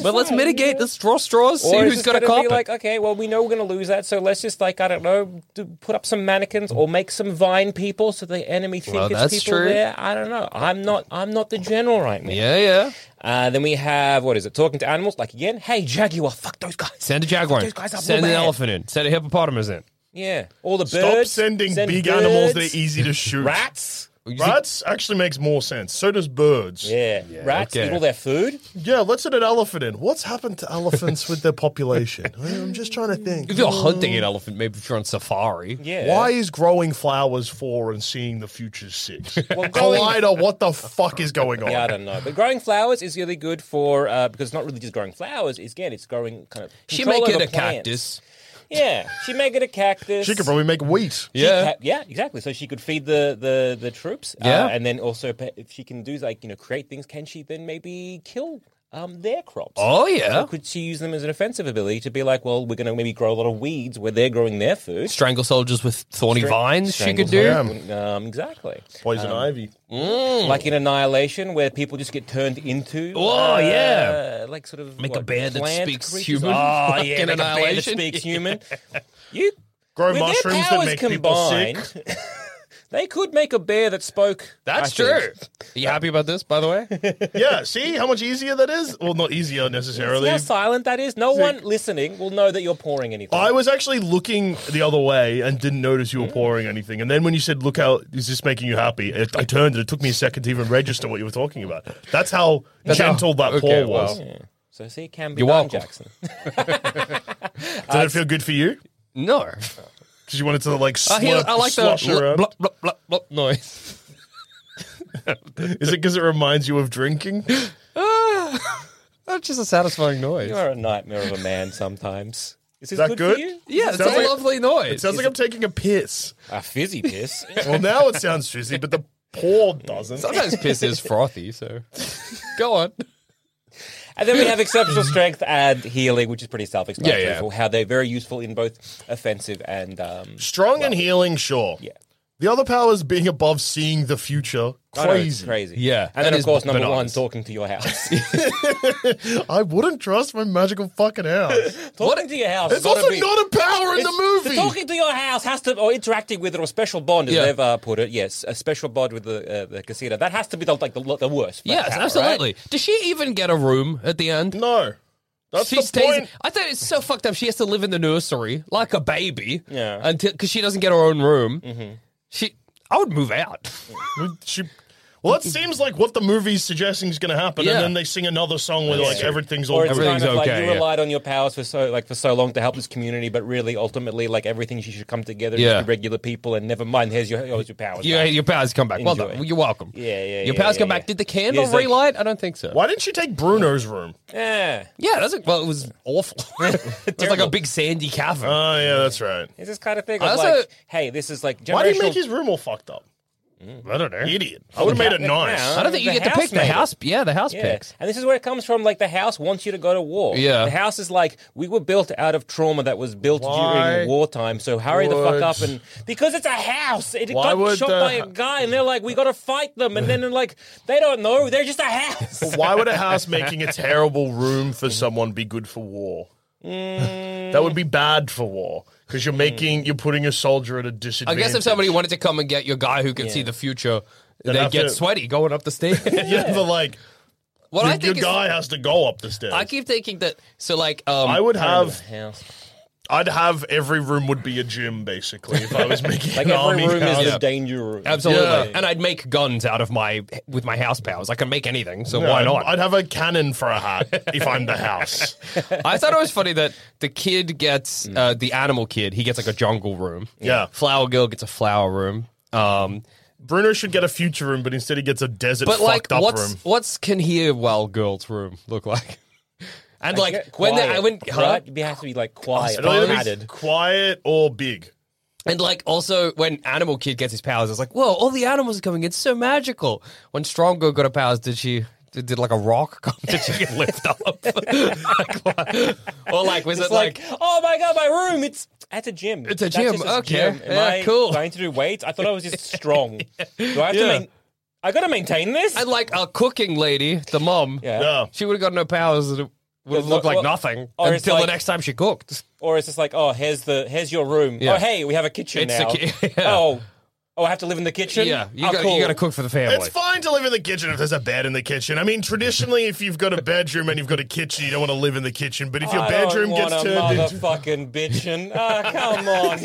Speaker 2: but let's mitigate the straw straws. See
Speaker 3: Or
Speaker 2: who's
Speaker 3: it's
Speaker 2: gonna
Speaker 3: going to
Speaker 2: cop
Speaker 3: be
Speaker 2: it.
Speaker 3: like, okay, well, we know we're going to lose that, so let's just like I don't know, do, put up some mannequins or make some vine people so the enemy think
Speaker 2: Well,
Speaker 3: it's
Speaker 2: that's
Speaker 3: people
Speaker 2: true.
Speaker 3: there. I don't know. I'm not. I'm not the general right now.
Speaker 2: yeah, yeah.
Speaker 3: Uh, then we have what is it? Talking to animals, like again. Hey, jaguar, fuck those guys.
Speaker 2: Send a jaguar. in.
Speaker 3: Those guys are
Speaker 2: Send an
Speaker 3: bad.
Speaker 2: elephant in. Send a hippopotamus in.
Speaker 3: Yeah. All the birds.
Speaker 1: Stop sending
Speaker 3: send
Speaker 1: big animals that
Speaker 3: birds,
Speaker 1: are easy to shoot.
Speaker 3: Rats.
Speaker 1: Rats actually makes more sense. So does birds.
Speaker 3: Yeah. rats
Speaker 2: okay.
Speaker 3: eat all their food.
Speaker 1: Yeah, let's add an elephant in. What's happened to elephants with their population? I'm just trying to think.
Speaker 2: If you're hunting an elephant, maybe if you're on safari.
Speaker 3: Yeah.
Speaker 1: Why is growing flowers four and seeing the future six?
Speaker 3: Well, growing-
Speaker 1: Collider, what the fuck is going on?
Speaker 3: Yeah, I don't know. But growing flowers is really good for uh, because it's not really just growing flowers. It's, again, it's growing kind of.
Speaker 2: She
Speaker 3: control
Speaker 2: make it
Speaker 3: over
Speaker 2: a
Speaker 3: plants.
Speaker 2: cactus.
Speaker 3: Yeah, she make it a cactus.
Speaker 1: She could probably make wheat.
Speaker 3: She
Speaker 2: Yeah.
Speaker 3: ca- yeah, exactly. So she could feed the the the troops.
Speaker 2: Yeah.
Speaker 3: uh, and then also pe- if she can do like you know create things, can she then maybe kill um their crops?
Speaker 2: Oh yeah.
Speaker 3: Or could she use them as an offensive ability to be like, well, we're going to maybe grow a lot of weeds where they're growing their food?
Speaker 2: Strangle soldiers with thorny vines. She could
Speaker 3: Strangles
Speaker 2: do. Hmm.
Speaker 3: them. Um, exactly.
Speaker 1: Poison ivy.
Speaker 3: Like in Annihilation, where people just get turned into. uh,
Speaker 2: Oh, yeah.
Speaker 3: Like sort of.
Speaker 2: Make
Speaker 3: what,
Speaker 2: a bear that
Speaker 3: plant
Speaker 2: speaks
Speaker 3: creatures?
Speaker 2: human.
Speaker 3: Oh,
Speaker 2: Like
Speaker 3: yeah.
Speaker 2: in
Speaker 3: Make a bear that
Speaker 2: Annihilation.
Speaker 3: speaks human. You.
Speaker 1: Grow
Speaker 3: with their
Speaker 1: mushrooms that
Speaker 3: powers
Speaker 1: make people sick.
Speaker 3: combined, They could make a bear that spoke.
Speaker 2: That's
Speaker 3: I
Speaker 2: true.
Speaker 3: think.
Speaker 2: Are you happy about this, by the way?
Speaker 1: Yeah, see how much easier that is? Well, not easier necessarily.
Speaker 3: See how silent that is? No one listening will know that you're pouring anything.
Speaker 1: I was actually looking the other way and didn't notice you were pouring anything. And then when you said, "Look how is this making you happy?" It, I turned and it took me a second to even register what you were talking about. That's how gentle that
Speaker 2: Okay,
Speaker 1: pour was.
Speaker 2: wow.
Speaker 3: so see, it can be
Speaker 2: You're
Speaker 3: done,
Speaker 2: welcome.
Speaker 3: Jackson.
Speaker 1: Did it feel good for you?
Speaker 2: No.
Speaker 1: Because you wanted to like slurp,
Speaker 2: I, hear, Uh, I like the
Speaker 1: slosh
Speaker 2: blop,
Speaker 1: around.
Speaker 2: blop, blop, blop noise.
Speaker 1: Is it because it reminds you of drinking?
Speaker 2: That's just a satisfying noise.
Speaker 3: You are a nightmare of a man sometimes. Is this
Speaker 1: that
Speaker 3: good,
Speaker 1: good?
Speaker 3: for you?
Speaker 2: Yeah, it's a
Speaker 1: Sounds like-
Speaker 2: lovely noise.
Speaker 1: It sounds like I'm taking a piss.
Speaker 3: A fizzy piss.
Speaker 1: Well, now it sounds fizzy, but the pour doesn't.
Speaker 2: Sometimes piss is frothy, so go on.
Speaker 3: and then we have exceptional strength and healing, which is pretty self-explanatory.
Speaker 2: Yeah, yeah.
Speaker 3: for How they're very useful in both offensive and um,
Speaker 1: Strong and healing, sure.
Speaker 3: yeah.
Speaker 1: The other powers being above seeing the future,
Speaker 3: I know, it's
Speaker 1: crazy.
Speaker 3: crazy.
Speaker 2: Yeah,
Speaker 3: and
Speaker 2: that
Speaker 3: then of
Speaker 2: is
Speaker 3: course number one,
Speaker 2: bananas.
Speaker 3: talking to your house.
Speaker 1: I wouldn't trust my magical fucking house.
Speaker 3: talking to your house.
Speaker 1: It's also
Speaker 3: be,
Speaker 1: not a power in
Speaker 3: It's-
Speaker 1: the movie.
Speaker 3: talking to your house has to, or interacting with it, or special bond, as
Speaker 2: Yeah.
Speaker 3: they've uh, put it. Yes, a special bond with the uh, the casino. That has to be the, like the, lo- the worst. for that
Speaker 2: Yes,
Speaker 3: power,
Speaker 2: absolutely.
Speaker 3: right?
Speaker 2: Does she even get a room at the end?
Speaker 1: no, that's
Speaker 2: she
Speaker 1: the
Speaker 2: stays.
Speaker 1: point.
Speaker 2: I thought it's so fucked up. She has to live in the nursery like a baby.
Speaker 3: Yeah. Mm-hmm.
Speaker 2: Until because she doesn't get her own room. She. I would move out.
Speaker 1: She- well, that seems like what the movie's suggesting is going to happen,
Speaker 2: Yeah.
Speaker 1: and then they sing another song where like everything's all
Speaker 3: Or it's
Speaker 1: good.
Speaker 2: Everything's
Speaker 3: kind of
Speaker 2: okay,
Speaker 3: like
Speaker 2: yeah.
Speaker 3: you relied on your powers for so like for so long to help this community, but really ultimately like everything she should come together and
Speaker 2: Yeah.
Speaker 3: just be regular people and never mind. Here's your here's your powers.
Speaker 2: You,
Speaker 3: back.
Speaker 2: your powers come back. Well
Speaker 3: Enjoy.
Speaker 2: done. You're welcome.
Speaker 3: Yeah, yeah, yeah,
Speaker 2: Your powers
Speaker 3: yeah,
Speaker 2: come
Speaker 3: yeah.
Speaker 2: back. Did the candle
Speaker 3: Yes, like-
Speaker 2: relight? I don't think so.
Speaker 1: Why didn't she take Bruno's room?
Speaker 3: yeah.
Speaker 2: Yeah, it doesn't. Well, it was awful. it's like a big sandy cavern.
Speaker 3: Uh,
Speaker 1: Oh yeah, that's right.
Speaker 3: It's this kind of thing.
Speaker 2: I
Speaker 3: Of
Speaker 2: also-
Speaker 3: like, hey, this is like generational.
Speaker 1: Why did he make his room all fucked up?
Speaker 2: Mm. I don't know.
Speaker 1: Idiot. I would have made it nice.
Speaker 2: I don't think you
Speaker 3: The
Speaker 2: get to pick
Speaker 3: house
Speaker 2: the
Speaker 3: made it.
Speaker 2: house. Yeah, the house
Speaker 3: Yeah.
Speaker 2: picks.
Speaker 3: And this is where it comes from. Like the house wants you to go to war.
Speaker 2: Yeah.
Speaker 3: The house is like we were built out of trauma that was built
Speaker 1: Why
Speaker 3: during wartime. So hurry the
Speaker 1: would-
Speaker 3: fuck up and because it's a house. It
Speaker 1: Why
Speaker 3: got
Speaker 1: would
Speaker 3: shot
Speaker 1: the-
Speaker 3: by a guy, and they're like, we got to fight them. And then they're like, they don't know. They're just a house.
Speaker 1: Why would a house making a terrible room for someone be good for war? that would be bad for war because you're making you're putting a soldier at a
Speaker 2: I
Speaker 1: disadvantage.
Speaker 2: guess if somebody wanted to come and get your guy who can see the future, they
Speaker 1: have
Speaker 2: get
Speaker 1: to-
Speaker 2: sweaty going up the stairs.
Speaker 1: yeah, but like
Speaker 2: what
Speaker 1: your,
Speaker 2: I
Speaker 1: your
Speaker 2: think is,
Speaker 1: guy has to go up the stairs.
Speaker 2: I keep thinking that. So like, um,
Speaker 1: I would have
Speaker 3: house.
Speaker 1: I'd have every room would be a gym basically if I was making
Speaker 3: Like
Speaker 1: an
Speaker 3: every
Speaker 1: army
Speaker 3: room
Speaker 1: house.
Speaker 3: is
Speaker 2: Yeah.
Speaker 3: a danger room.
Speaker 2: absolutely,
Speaker 1: Yeah.
Speaker 2: and I'd make guns out of my with my house powers. I can make anything, so
Speaker 1: Yeah,
Speaker 2: why not?
Speaker 1: I'd have a cannon for a hat if I'm the house.
Speaker 2: I thought it was funny that the kid gets uh, the animal kid. He gets like a jungle room.
Speaker 1: Mm. Yeah.
Speaker 2: flower girl gets a flower room. Um,
Speaker 1: Bruno should get a future room, but instead he gets a desert
Speaker 2: but like,
Speaker 1: fucked up
Speaker 2: what's
Speaker 1: room.
Speaker 2: what's can here well girl's room look like? And like when they, I went, huh?
Speaker 3: right? You have to be like quiet,
Speaker 1: It'll either be
Speaker 3: padded.
Speaker 1: quiet or big.
Speaker 2: And like also when Animal Kid gets his powers, it's like, whoa, all the animals are coming. It's so magical. When Strong Girl got her powers, did she did, did like a rock come? Did she get lift up? like, what? Or like was
Speaker 3: It's
Speaker 2: it like,
Speaker 3: like, oh my god, my room. It's at a gym.
Speaker 2: It's a
Speaker 3: That's
Speaker 2: gym,
Speaker 3: just a
Speaker 2: okay.
Speaker 3: gym. Am
Speaker 2: Yeah,
Speaker 3: I
Speaker 2: cool.
Speaker 3: Trying to do weights. I thought I was just strong. Do I have
Speaker 2: Yeah.
Speaker 3: to? Main- I got to maintain this.
Speaker 2: and like a cooking lady, the mum,
Speaker 3: yeah.
Speaker 1: Yeah.
Speaker 2: she would have gotten her powers and it would have
Speaker 3: Well,
Speaker 2: looked like
Speaker 3: well,
Speaker 2: nothing
Speaker 3: or it's
Speaker 2: until the
Speaker 3: like-
Speaker 2: next time she cooked.
Speaker 3: Or it's just like, oh, here's the here's your room.
Speaker 2: Yeah.
Speaker 3: Oh, hey, we have a kitchen
Speaker 2: It's a
Speaker 3: now.
Speaker 2: ki- yeah.
Speaker 3: Oh, Oh, I have to live in the kitchen.
Speaker 2: Yeah, you
Speaker 3: Oh,
Speaker 2: got
Speaker 3: cool.
Speaker 2: you got to cook for the family.
Speaker 1: It's fine to live in the kitchen if there's a bed in the kitchen. I mean, traditionally, if you've got a bedroom and you've got a kitchen, you don't want to live in the kitchen. But if your
Speaker 3: I don't
Speaker 1: bedroom
Speaker 3: want
Speaker 1: gets
Speaker 3: a
Speaker 1: turned into,
Speaker 3: motherfucking bitchin'. Ah, come on, man.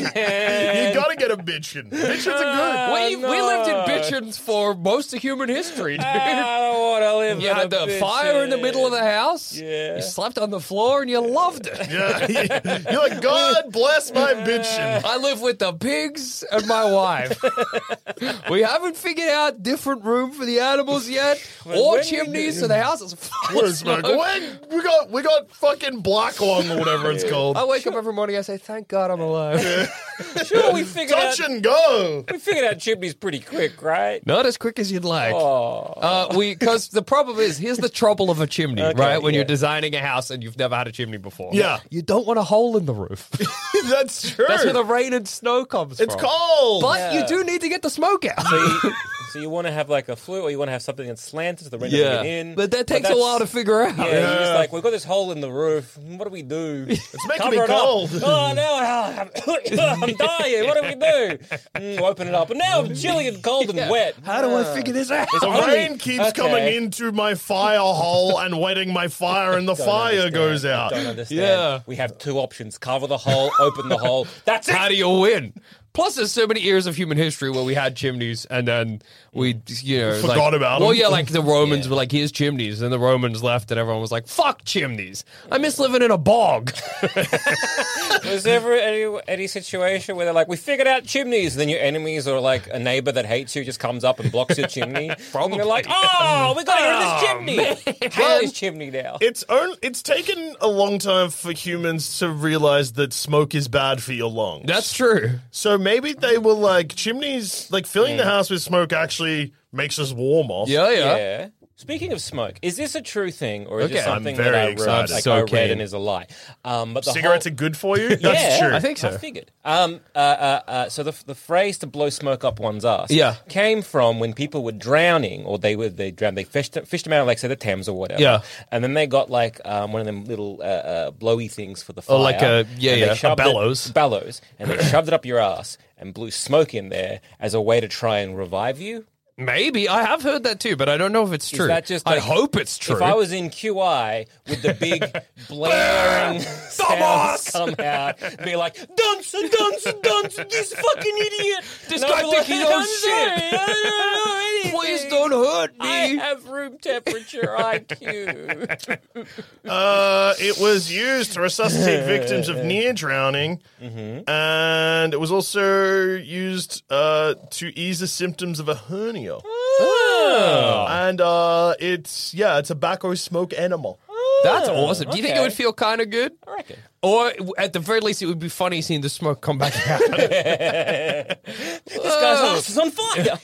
Speaker 1: you gotta get a bitchin. Bitchins are
Speaker 2: we,
Speaker 3: no.
Speaker 2: we lived in bitchins for most of human history, dude.
Speaker 3: I don't want to live.
Speaker 2: You
Speaker 3: in
Speaker 2: had
Speaker 3: a
Speaker 2: the fire in the middle of
Speaker 3: bitchin'.
Speaker 2: the house.
Speaker 3: Yeah.
Speaker 2: You slept on the floor and you loved it.
Speaker 1: good. Yeah, you're like God bless my bitchin.
Speaker 2: I live with the pigs and my wife. we haven't figured out different room for the animals yet, or
Speaker 3: when we
Speaker 2: chimneys, so the house is full
Speaker 1: We're
Speaker 2: of smoke.
Speaker 1: smoking. When we got we got fucking black lung or whatever it's called.
Speaker 2: I wake up every morning. I say, "Thank God I'm alive."
Speaker 3: Sure, we figured out.
Speaker 1: Touch and go.
Speaker 3: We figured out chimneys pretty quick, right?
Speaker 2: Not as quick as you'd like. Uh, we because the problem is here's the trouble of a chimney, right? When
Speaker 3: yeah.
Speaker 2: you're designing a house and you've never had a chimney before,
Speaker 1: Yeah.
Speaker 2: you don't want a hole in the roof.
Speaker 1: That's true.
Speaker 2: That's where the rain and snow comes
Speaker 1: it's
Speaker 2: from.
Speaker 1: cold.
Speaker 2: But you do need to get the smoke out.
Speaker 3: So you, so you want to have like a flue, or you want to have something that's slanted so the rain doesn't get in.
Speaker 2: but that takes a
Speaker 3: that's-
Speaker 2: while to figure out.
Speaker 3: Yeah, you're just like we've got this hole in the roof. What do we do? It's
Speaker 1: making me cold.
Speaker 3: Oh no, I'm, I'm dying. What do we do? Mm, open it up, and now I'm chilly and cold and wet.
Speaker 2: How do I figure this out?
Speaker 1: The
Speaker 3: only-
Speaker 1: rain keeps
Speaker 3: okay.
Speaker 1: coming into my fire hole and wetting my fire, and the
Speaker 3: Don't
Speaker 1: fire
Speaker 3: understand.
Speaker 1: goes
Speaker 3: I
Speaker 1: out.
Speaker 3: Don't understand.
Speaker 2: Yeah.
Speaker 3: We have two options: cover the hole, open the hole. That's it.
Speaker 2: How do you win? Plus, there's so many years of human history where we had chimneys, and then we, you know,
Speaker 1: Forgot
Speaker 2: like-
Speaker 1: about 'em.
Speaker 2: Well, yeah, like the Romans were like, "Here's chimneys," and the Romans left, and everyone was like, "Fuck chimneys! I miss living in a bog."
Speaker 3: Was there ever any, any situation where they're like, we figured out chimneys, and then your enemies or like a neighbor that hates you just comes up and blocks your chimney? Probably. And they're like, oh, we got to rid of
Speaker 2: Oh,
Speaker 3: this chimney. Hate this chimney now.
Speaker 1: It's on, it's taken a long time for humans to realize that smoke is bad for your lungs.
Speaker 2: That's true.
Speaker 1: so maybe they were like chimneys, like filling the house with smoke actually makes us warmer.
Speaker 2: Mm. Yeah, yeah.
Speaker 3: Yeah. Speaking of smoke, is this a true thing or is
Speaker 2: Okay.
Speaker 3: this
Speaker 2: I'm
Speaker 3: something
Speaker 1: very
Speaker 3: that I, wrote,
Speaker 1: excited.
Speaker 3: like,
Speaker 2: So
Speaker 3: I read
Speaker 2: keen.
Speaker 3: and is a lie? Um, but the
Speaker 1: Cigarettes
Speaker 3: whole-
Speaker 1: are good for you. That's true.
Speaker 2: I think so.
Speaker 3: I figured. Um, uh, uh, uh, so the, the phrase to blow smoke up one's ass
Speaker 2: Yeah.
Speaker 3: came from when people were drowning or they were they drowned, they fished, fished them out of like, say, the Thames or whatever.
Speaker 2: Yeah.
Speaker 3: And then they got like um, one of them little uh, uh, blowy things for the fire.
Speaker 2: Oh, like a- yeah,
Speaker 3: and they
Speaker 2: yeah, a
Speaker 3: shoved it-
Speaker 2: bellows.
Speaker 3: bellows. And they shoved it up your ass and blew smoke in there as a way to try and revive you.
Speaker 2: Maybe I have heard that too, but I don't know if it's true.
Speaker 3: Is that just
Speaker 2: I
Speaker 3: like-
Speaker 2: hope it's true.
Speaker 3: If I was in QI with the big blaring sounds come out, be like, dunce, dunce, dunce, this fucking idiot.
Speaker 2: This
Speaker 3: And I'd
Speaker 2: guy
Speaker 3: be
Speaker 2: thinking I'm
Speaker 3: I'm sorry,
Speaker 2: shit."
Speaker 3: I don't know
Speaker 2: please
Speaker 3: anything.
Speaker 2: don't hurt
Speaker 3: I
Speaker 2: me.
Speaker 3: have room temperature IQ.
Speaker 1: Uh, it was used to resuscitate victims of near drowning,
Speaker 2: Mm-hmm.
Speaker 1: and it was also used uh, to ease the symptoms of a hernia.
Speaker 2: Ah!
Speaker 3: Ah,
Speaker 2: Oh.
Speaker 1: And uh, it's yeah, it's tobacco smoke enema.
Speaker 2: That's awesome. Do you think it
Speaker 3: Oh, okay.
Speaker 2: would feel kind of good?
Speaker 3: I reckon.
Speaker 2: Or at the very least, it would be funny seeing the smoke come back out.
Speaker 3: This guy's ass is on fire.
Speaker 2: Oh.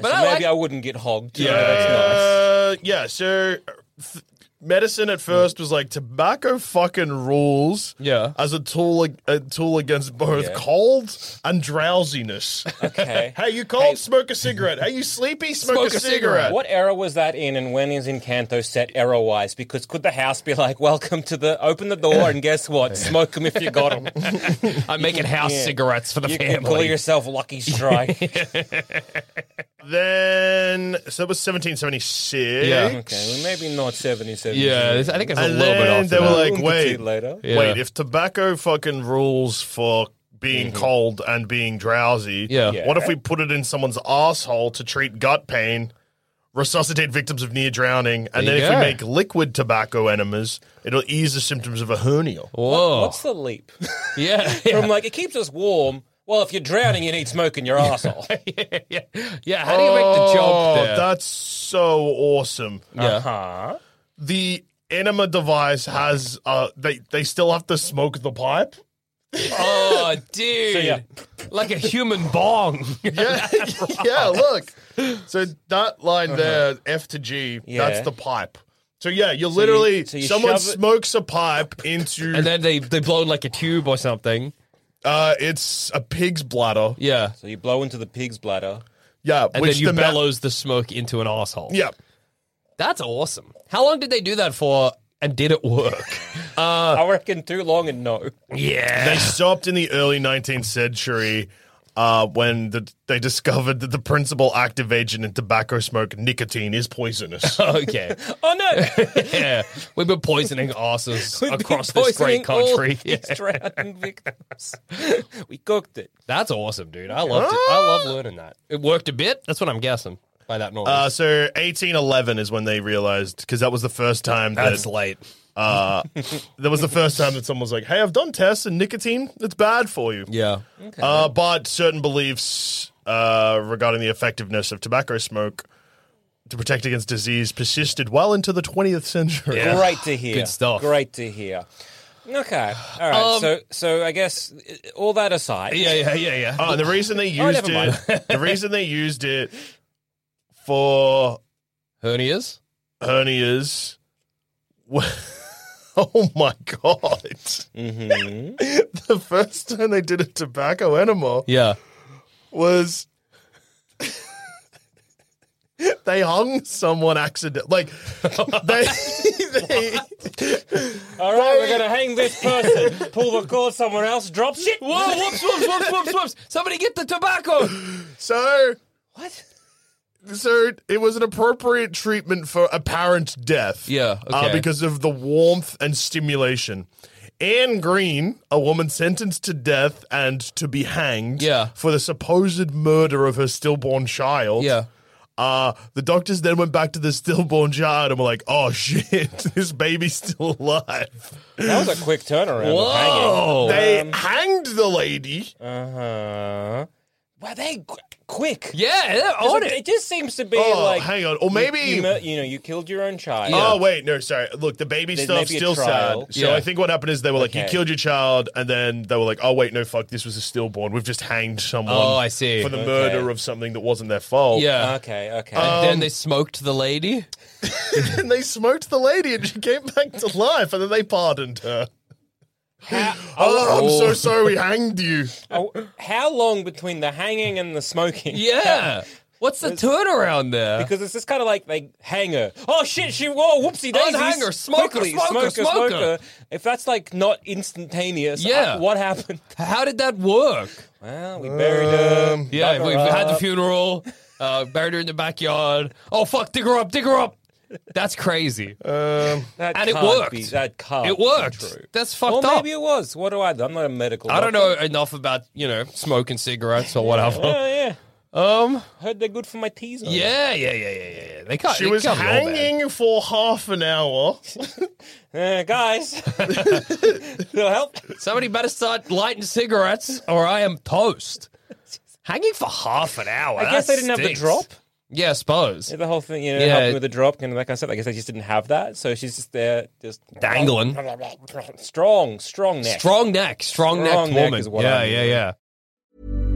Speaker 2: but I like
Speaker 3: Maybe I wouldn't get hogged. Yeah,
Speaker 1: Uh, yeah. So th- medicine at first was like tobacco fucking rules.
Speaker 2: Yeah.
Speaker 1: As a tool, ag- a tool against both
Speaker 3: Yeah.
Speaker 1: cold and drowsiness.
Speaker 3: Okay.
Speaker 1: Hey, you cold? Smoke a cigarette. Hey, you sleepy? Smoke, a, cigarette.
Speaker 3: What era was that in, and when is Encanto set era wise? Because could the house be like, welcome to the open the door, and guess what? Smoke them if you got them.
Speaker 2: I'm making house
Speaker 3: Yeah.
Speaker 2: cigarettes for the
Speaker 3: You can call
Speaker 2: family.
Speaker 3: yourself Lucky Strike.
Speaker 1: Then, so that was 1776.
Speaker 2: Yeah.
Speaker 3: okay, well, maybe not 77.
Speaker 2: yeah, it's- I think it's a
Speaker 1: And
Speaker 2: little bit
Speaker 1: then
Speaker 2: off.
Speaker 1: they
Speaker 2: now.
Speaker 1: were like,
Speaker 3: We'll get to
Speaker 1: wait,
Speaker 3: it later.
Speaker 2: Yeah.
Speaker 1: wait, if tobacco fucking rules for being cold and being drowsy,
Speaker 2: Yeah.
Speaker 3: Mm-hmm. Yeah.
Speaker 1: what if we put it in someone's asshole to treat gut pain, resuscitate victims of near drowning, and
Speaker 2: There
Speaker 1: then
Speaker 2: you
Speaker 1: if we
Speaker 2: go.
Speaker 1: make liquid tobacco enemas, it'll ease the symptoms of a hernia.
Speaker 2: whoa,
Speaker 3: What's the leap?
Speaker 2: yeah, oh. yeah,
Speaker 3: From like, it keeps us warm. Well, if you're drowning, you need smoke in your asshole.
Speaker 2: yeah, yeah. How do you make the
Speaker 1: Oh,
Speaker 2: joke there?
Speaker 1: That's so awesome.
Speaker 2: yeah.
Speaker 3: huh?
Speaker 1: The enema device has uh they they still have to smoke the pipe.
Speaker 2: Oh, dude,
Speaker 3: yeah.
Speaker 2: like a human bong.
Speaker 1: Yeah, yeah. Look, so that line there, F to G,
Speaker 3: Yeah.
Speaker 1: that's the pipe. So yeah, you're literally
Speaker 3: so you
Speaker 1: someone
Speaker 3: shove it-
Speaker 1: smokes a pipe into.
Speaker 2: and then they they blow like a tube or something.
Speaker 1: uh, it's a pig's bladder.
Speaker 2: Yeah,
Speaker 3: So you blow into the pig's bladder.
Speaker 1: Yeah,
Speaker 2: and then you
Speaker 1: ma-
Speaker 2: bellows the smoke into an asshole.
Speaker 1: Yeah,
Speaker 2: that's awesome. How long did they do that for? And did it work? Oh.
Speaker 3: I reckon too long and no.
Speaker 2: yeah,
Speaker 1: they stopped in the early 19th century. uh, when the, they discovered that the principal active agent in tobacco smoke, nicotine, is poisonous.
Speaker 2: Okay.
Speaker 3: Oh no!
Speaker 2: yeah. We've been poisoning asses
Speaker 3: We've been
Speaker 2: across this great
Speaker 3: poisoning all
Speaker 2: country. Yeah.
Speaker 3: these drowning victims. we cooked it.
Speaker 2: That's awesome, dude. I loved it. I love learning that. It worked a bit. That's what I'm guessing by that noise.
Speaker 1: Uh, so 1811 is when they realized because that was the first time that
Speaker 2: That's late.
Speaker 1: uh, that was the first time that someone was like, "Hey, I've done tests and nicotine, it's bad for you."
Speaker 2: Yeah.
Speaker 1: Uh, but certain beliefs uh, regarding the effectiveness of tobacco smoke to protect against disease persisted well into the 20th century.
Speaker 3: Great to hear.
Speaker 2: Good stuff. Um,
Speaker 3: Great to hear. Okay. All right. so, so I guess uh, all that aside.
Speaker 2: Yeah, yeah, yeah, yeah.
Speaker 1: Uh, the reason they
Speaker 3: Oh,
Speaker 1: used
Speaker 3: never mind.
Speaker 1: it, the reason they used it for
Speaker 2: Hernias?
Speaker 1: hernias. wa- Oh my god! the first time they did a tobacco enema
Speaker 2: Yeah.
Speaker 1: was they hung someone accident like they, they
Speaker 3: All right. We're gonna hang this person. pull the cord. Someone else drops it.
Speaker 2: Whoa, whoops, whoops, whoops, whoops, whoops. Somebody get the tobacco.
Speaker 1: so
Speaker 2: What?
Speaker 1: so it was an appropriate treatment for apparent death.
Speaker 2: Yeah,
Speaker 1: uh,
Speaker 2: okay.
Speaker 1: because of the warmth and stimulation. Anne Green, a woman sentenced to death and to be hanged
Speaker 2: Yeah.
Speaker 1: for the supposed murder of her stillborn child.
Speaker 2: Yeah.
Speaker 1: Uh, the doctors then went back to the stillborn child and were like, oh shit, this baby's still alive.
Speaker 3: That was a quick turnaround. of
Speaker 2: Whoa.
Speaker 3: hanging.
Speaker 1: They hanged the lady.
Speaker 3: Uh-huh. Were they qu- quick?
Speaker 2: Yeah, they're on
Speaker 3: It
Speaker 2: it.
Speaker 3: just seems to be
Speaker 1: Oh,
Speaker 3: like.
Speaker 1: hang on. Or
Speaker 3: you-
Speaker 1: maybe-
Speaker 3: you, mur- you know you killed your own child.
Speaker 1: Oh wait, no, sorry. Look, the baby
Speaker 3: There may
Speaker 1: stuff's
Speaker 3: be a
Speaker 1: still sad.
Speaker 3: trial.
Speaker 1: So
Speaker 2: Yeah.
Speaker 1: I think what happened is they were like, "You
Speaker 3: Okay.
Speaker 1: killed your child," and then they were like, "Oh wait, no, fuck, this was a stillborn. We've just hanged someone.
Speaker 2: Oh, I see.
Speaker 1: for the
Speaker 3: Okay.
Speaker 1: murder of something that wasn't their fault."
Speaker 2: Yeah. Uh, Um,
Speaker 3: Okay. Okay.
Speaker 2: Oh, then they smoked the lady.
Speaker 1: and they smoked the lady, and she came back to life, and then they pardoned her. Oh, I'm so sorry, we hanged you.
Speaker 3: Oh, how long between the hanging and the smoking?
Speaker 2: Yeah. What's the turnaround there?
Speaker 3: Because it's just kind of like they hang her. Oh shit! She whoa, whoopsie daisies!
Speaker 2: Unhang her, smoke her,
Speaker 3: Quickly,
Speaker 2: smoke her,
Speaker 3: smoke her,
Speaker 2: smoke
Speaker 3: smoke
Speaker 2: her.
Speaker 3: her. If that's like not instantaneous,
Speaker 2: Yeah.
Speaker 3: uh, what happened?
Speaker 2: How did that work?
Speaker 3: Well, we buried her.
Speaker 2: Yeah,
Speaker 3: Dug
Speaker 2: we
Speaker 3: her
Speaker 2: we had the
Speaker 3: up.
Speaker 2: funeral, uh, buried her in the backyard. Oh fuck, dig her up, dig her up. That's crazy.
Speaker 3: That
Speaker 2: and it
Speaker 3: Uh, can't
Speaker 2: worked.
Speaker 3: Be, that can't
Speaker 2: it
Speaker 3: be
Speaker 2: worked.
Speaker 3: True.
Speaker 2: That's
Speaker 3: Or
Speaker 2: fucked up.
Speaker 3: maybe it was. What do I? know? I'm not a medical.
Speaker 2: I don't
Speaker 3: doctor.
Speaker 2: know enough about you know smoking cigarettes or whatever.
Speaker 3: Oh yeah.
Speaker 2: Um,
Speaker 3: Heard they're good for my teaser.
Speaker 2: yeah, yeah, yeah, yeah, yeah. yeah. They can't.
Speaker 1: She
Speaker 2: they
Speaker 1: was
Speaker 2: can't be all bad.
Speaker 1: hanging for half an hour.
Speaker 3: Uh, guys, no help.
Speaker 2: Somebody better start lighting cigarettes, or I am toast. Hanging for half an hour.
Speaker 3: I guess
Speaker 2: that
Speaker 3: they didn't have the
Speaker 2: stinks.
Speaker 3: drop.
Speaker 2: Yeah, I suppose.
Speaker 3: The whole thing, you know,
Speaker 2: Yeah.
Speaker 3: helping with the drop and that kind of stuff. I guess they just didn't have that, so she's just there, just
Speaker 2: Dangling.
Speaker 3: Strong, strong neck.
Speaker 2: Strong neck, strong neck
Speaker 3: Strong neck
Speaker 2: woman.
Speaker 3: is what
Speaker 2: yeah,
Speaker 3: I mean.
Speaker 2: yeah, yeah.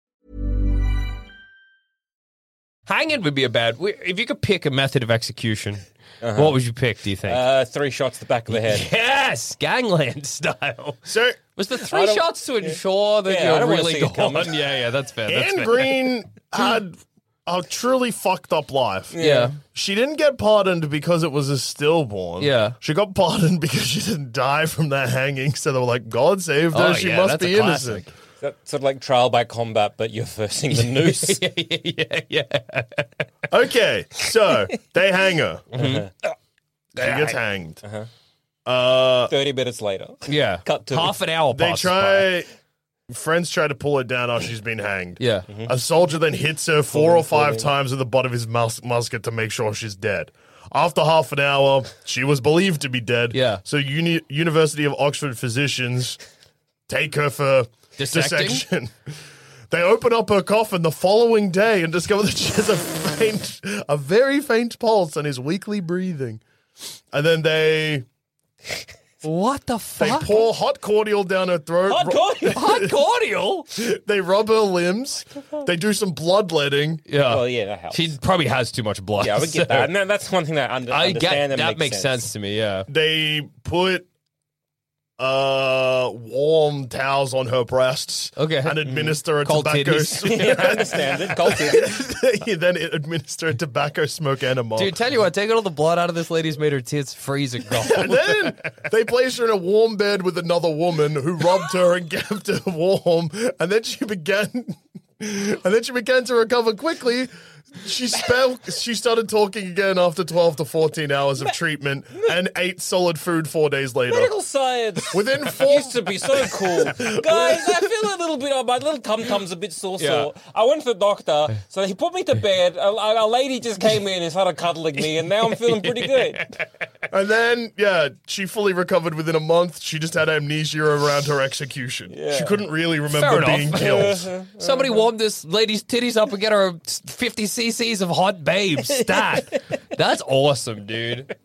Speaker 2: Hanging would be a bad. we- If you could pick a method of execution, what would you pick? Do you think?
Speaker 3: Uh, three shots to the back of the head.
Speaker 2: yes, gangland style.
Speaker 1: So
Speaker 2: Was the
Speaker 3: I
Speaker 2: three
Speaker 3: don't-
Speaker 2: shots to ensure that
Speaker 3: Yeah, I
Speaker 2: you're
Speaker 3: don't wanna
Speaker 2: really
Speaker 3: see it
Speaker 2: gone?
Speaker 3: coming.
Speaker 2: Yeah, yeah, that's fair. That's
Speaker 1: Anne
Speaker 2: fair.
Speaker 1: Green had a truly fucked up life.
Speaker 2: Yeah.
Speaker 1: She didn't get pardoned because it was a stillborn.
Speaker 2: Yeah.
Speaker 1: She got pardoned because she didn't die from that hanging. So they were like, God saved her.
Speaker 2: Oh,
Speaker 1: she
Speaker 2: yeah,
Speaker 1: must
Speaker 2: that's
Speaker 1: be
Speaker 2: a
Speaker 1: innocent.
Speaker 3: That's sort of like trial by combat, but you're versing the noose.
Speaker 2: yeah, yeah.
Speaker 1: Okay. So they hang her.
Speaker 2: Mm-hmm. Uh-huh.
Speaker 1: She gets hanged. Uh,
Speaker 3: 30 minutes later.
Speaker 2: yeah.
Speaker 3: Cut to-
Speaker 2: half an hour.
Speaker 1: they
Speaker 2: passes by.
Speaker 1: try. Friends try to pull her down after she's been hanged.
Speaker 2: Yeah.
Speaker 3: Mm-hmm.
Speaker 1: A soldier then hits her four or five times with the butt of his mus- musket to make sure she's dead. After half an hour, she was believed to be dead.
Speaker 2: Yeah.
Speaker 1: So Uni- University of Oxford physicians take her for
Speaker 2: Dissecting?
Speaker 1: dissection. They open up her coffin the following day and discover that she has a faint, a very faint pulse and is weakly breathing. And then they
Speaker 2: What the
Speaker 1: they
Speaker 2: fuck?
Speaker 1: pour hot cordial down her throat.
Speaker 3: Hot
Speaker 1: ru-
Speaker 3: cordial.
Speaker 2: Hot cordial.
Speaker 1: They rub her limbs. They do some bloodletting.
Speaker 2: Yeah.
Speaker 3: Well, yeah, that helps.
Speaker 2: She probably has too much blood.
Speaker 3: yeah, I would
Speaker 2: so-
Speaker 3: get that. And that- that's one thing that I under-
Speaker 2: I get
Speaker 3: understand.
Speaker 2: that, makes sense. to me. Yeah.
Speaker 1: they put uh warm towels on her breasts
Speaker 2: Okay. Mm.
Speaker 1: and administer a
Speaker 2: Cold
Speaker 1: tobacco
Speaker 2: titties.
Speaker 3: Yeah, I understand it. Cold titties.
Speaker 1: they then administer a tobacco smoke enema
Speaker 2: Dude, tell you what, taking all the blood out of this lady's made her tits freeze and gone.
Speaker 1: and then they placed her in a warm bed with another woman who rubbed her and kept her warm and then she began and then she began to recover quickly she spoke she started talking again after 12 to 14 hours of treatment and ate solid food 4 days later
Speaker 3: Medical science.
Speaker 1: within 4
Speaker 3: used to be so cool. Guys, I feel a little bit, oh, my little tum tum's a bit sore sore. I went to the doctor, so he put me to bed. A, a a lady just came in and started cuddling me, and now I'm feeling pretty good.
Speaker 1: And then, yeah, she fully recovered within a month. She just had amnesia around her execution. She couldn't really
Speaker 2: Fair
Speaker 1: remember
Speaker 2: enough.
Speaker 1: being killed.
Speaker 2: Somebody warm this lady's titties up and get her 50 cc's of hot babe stat. That's awesome, dude.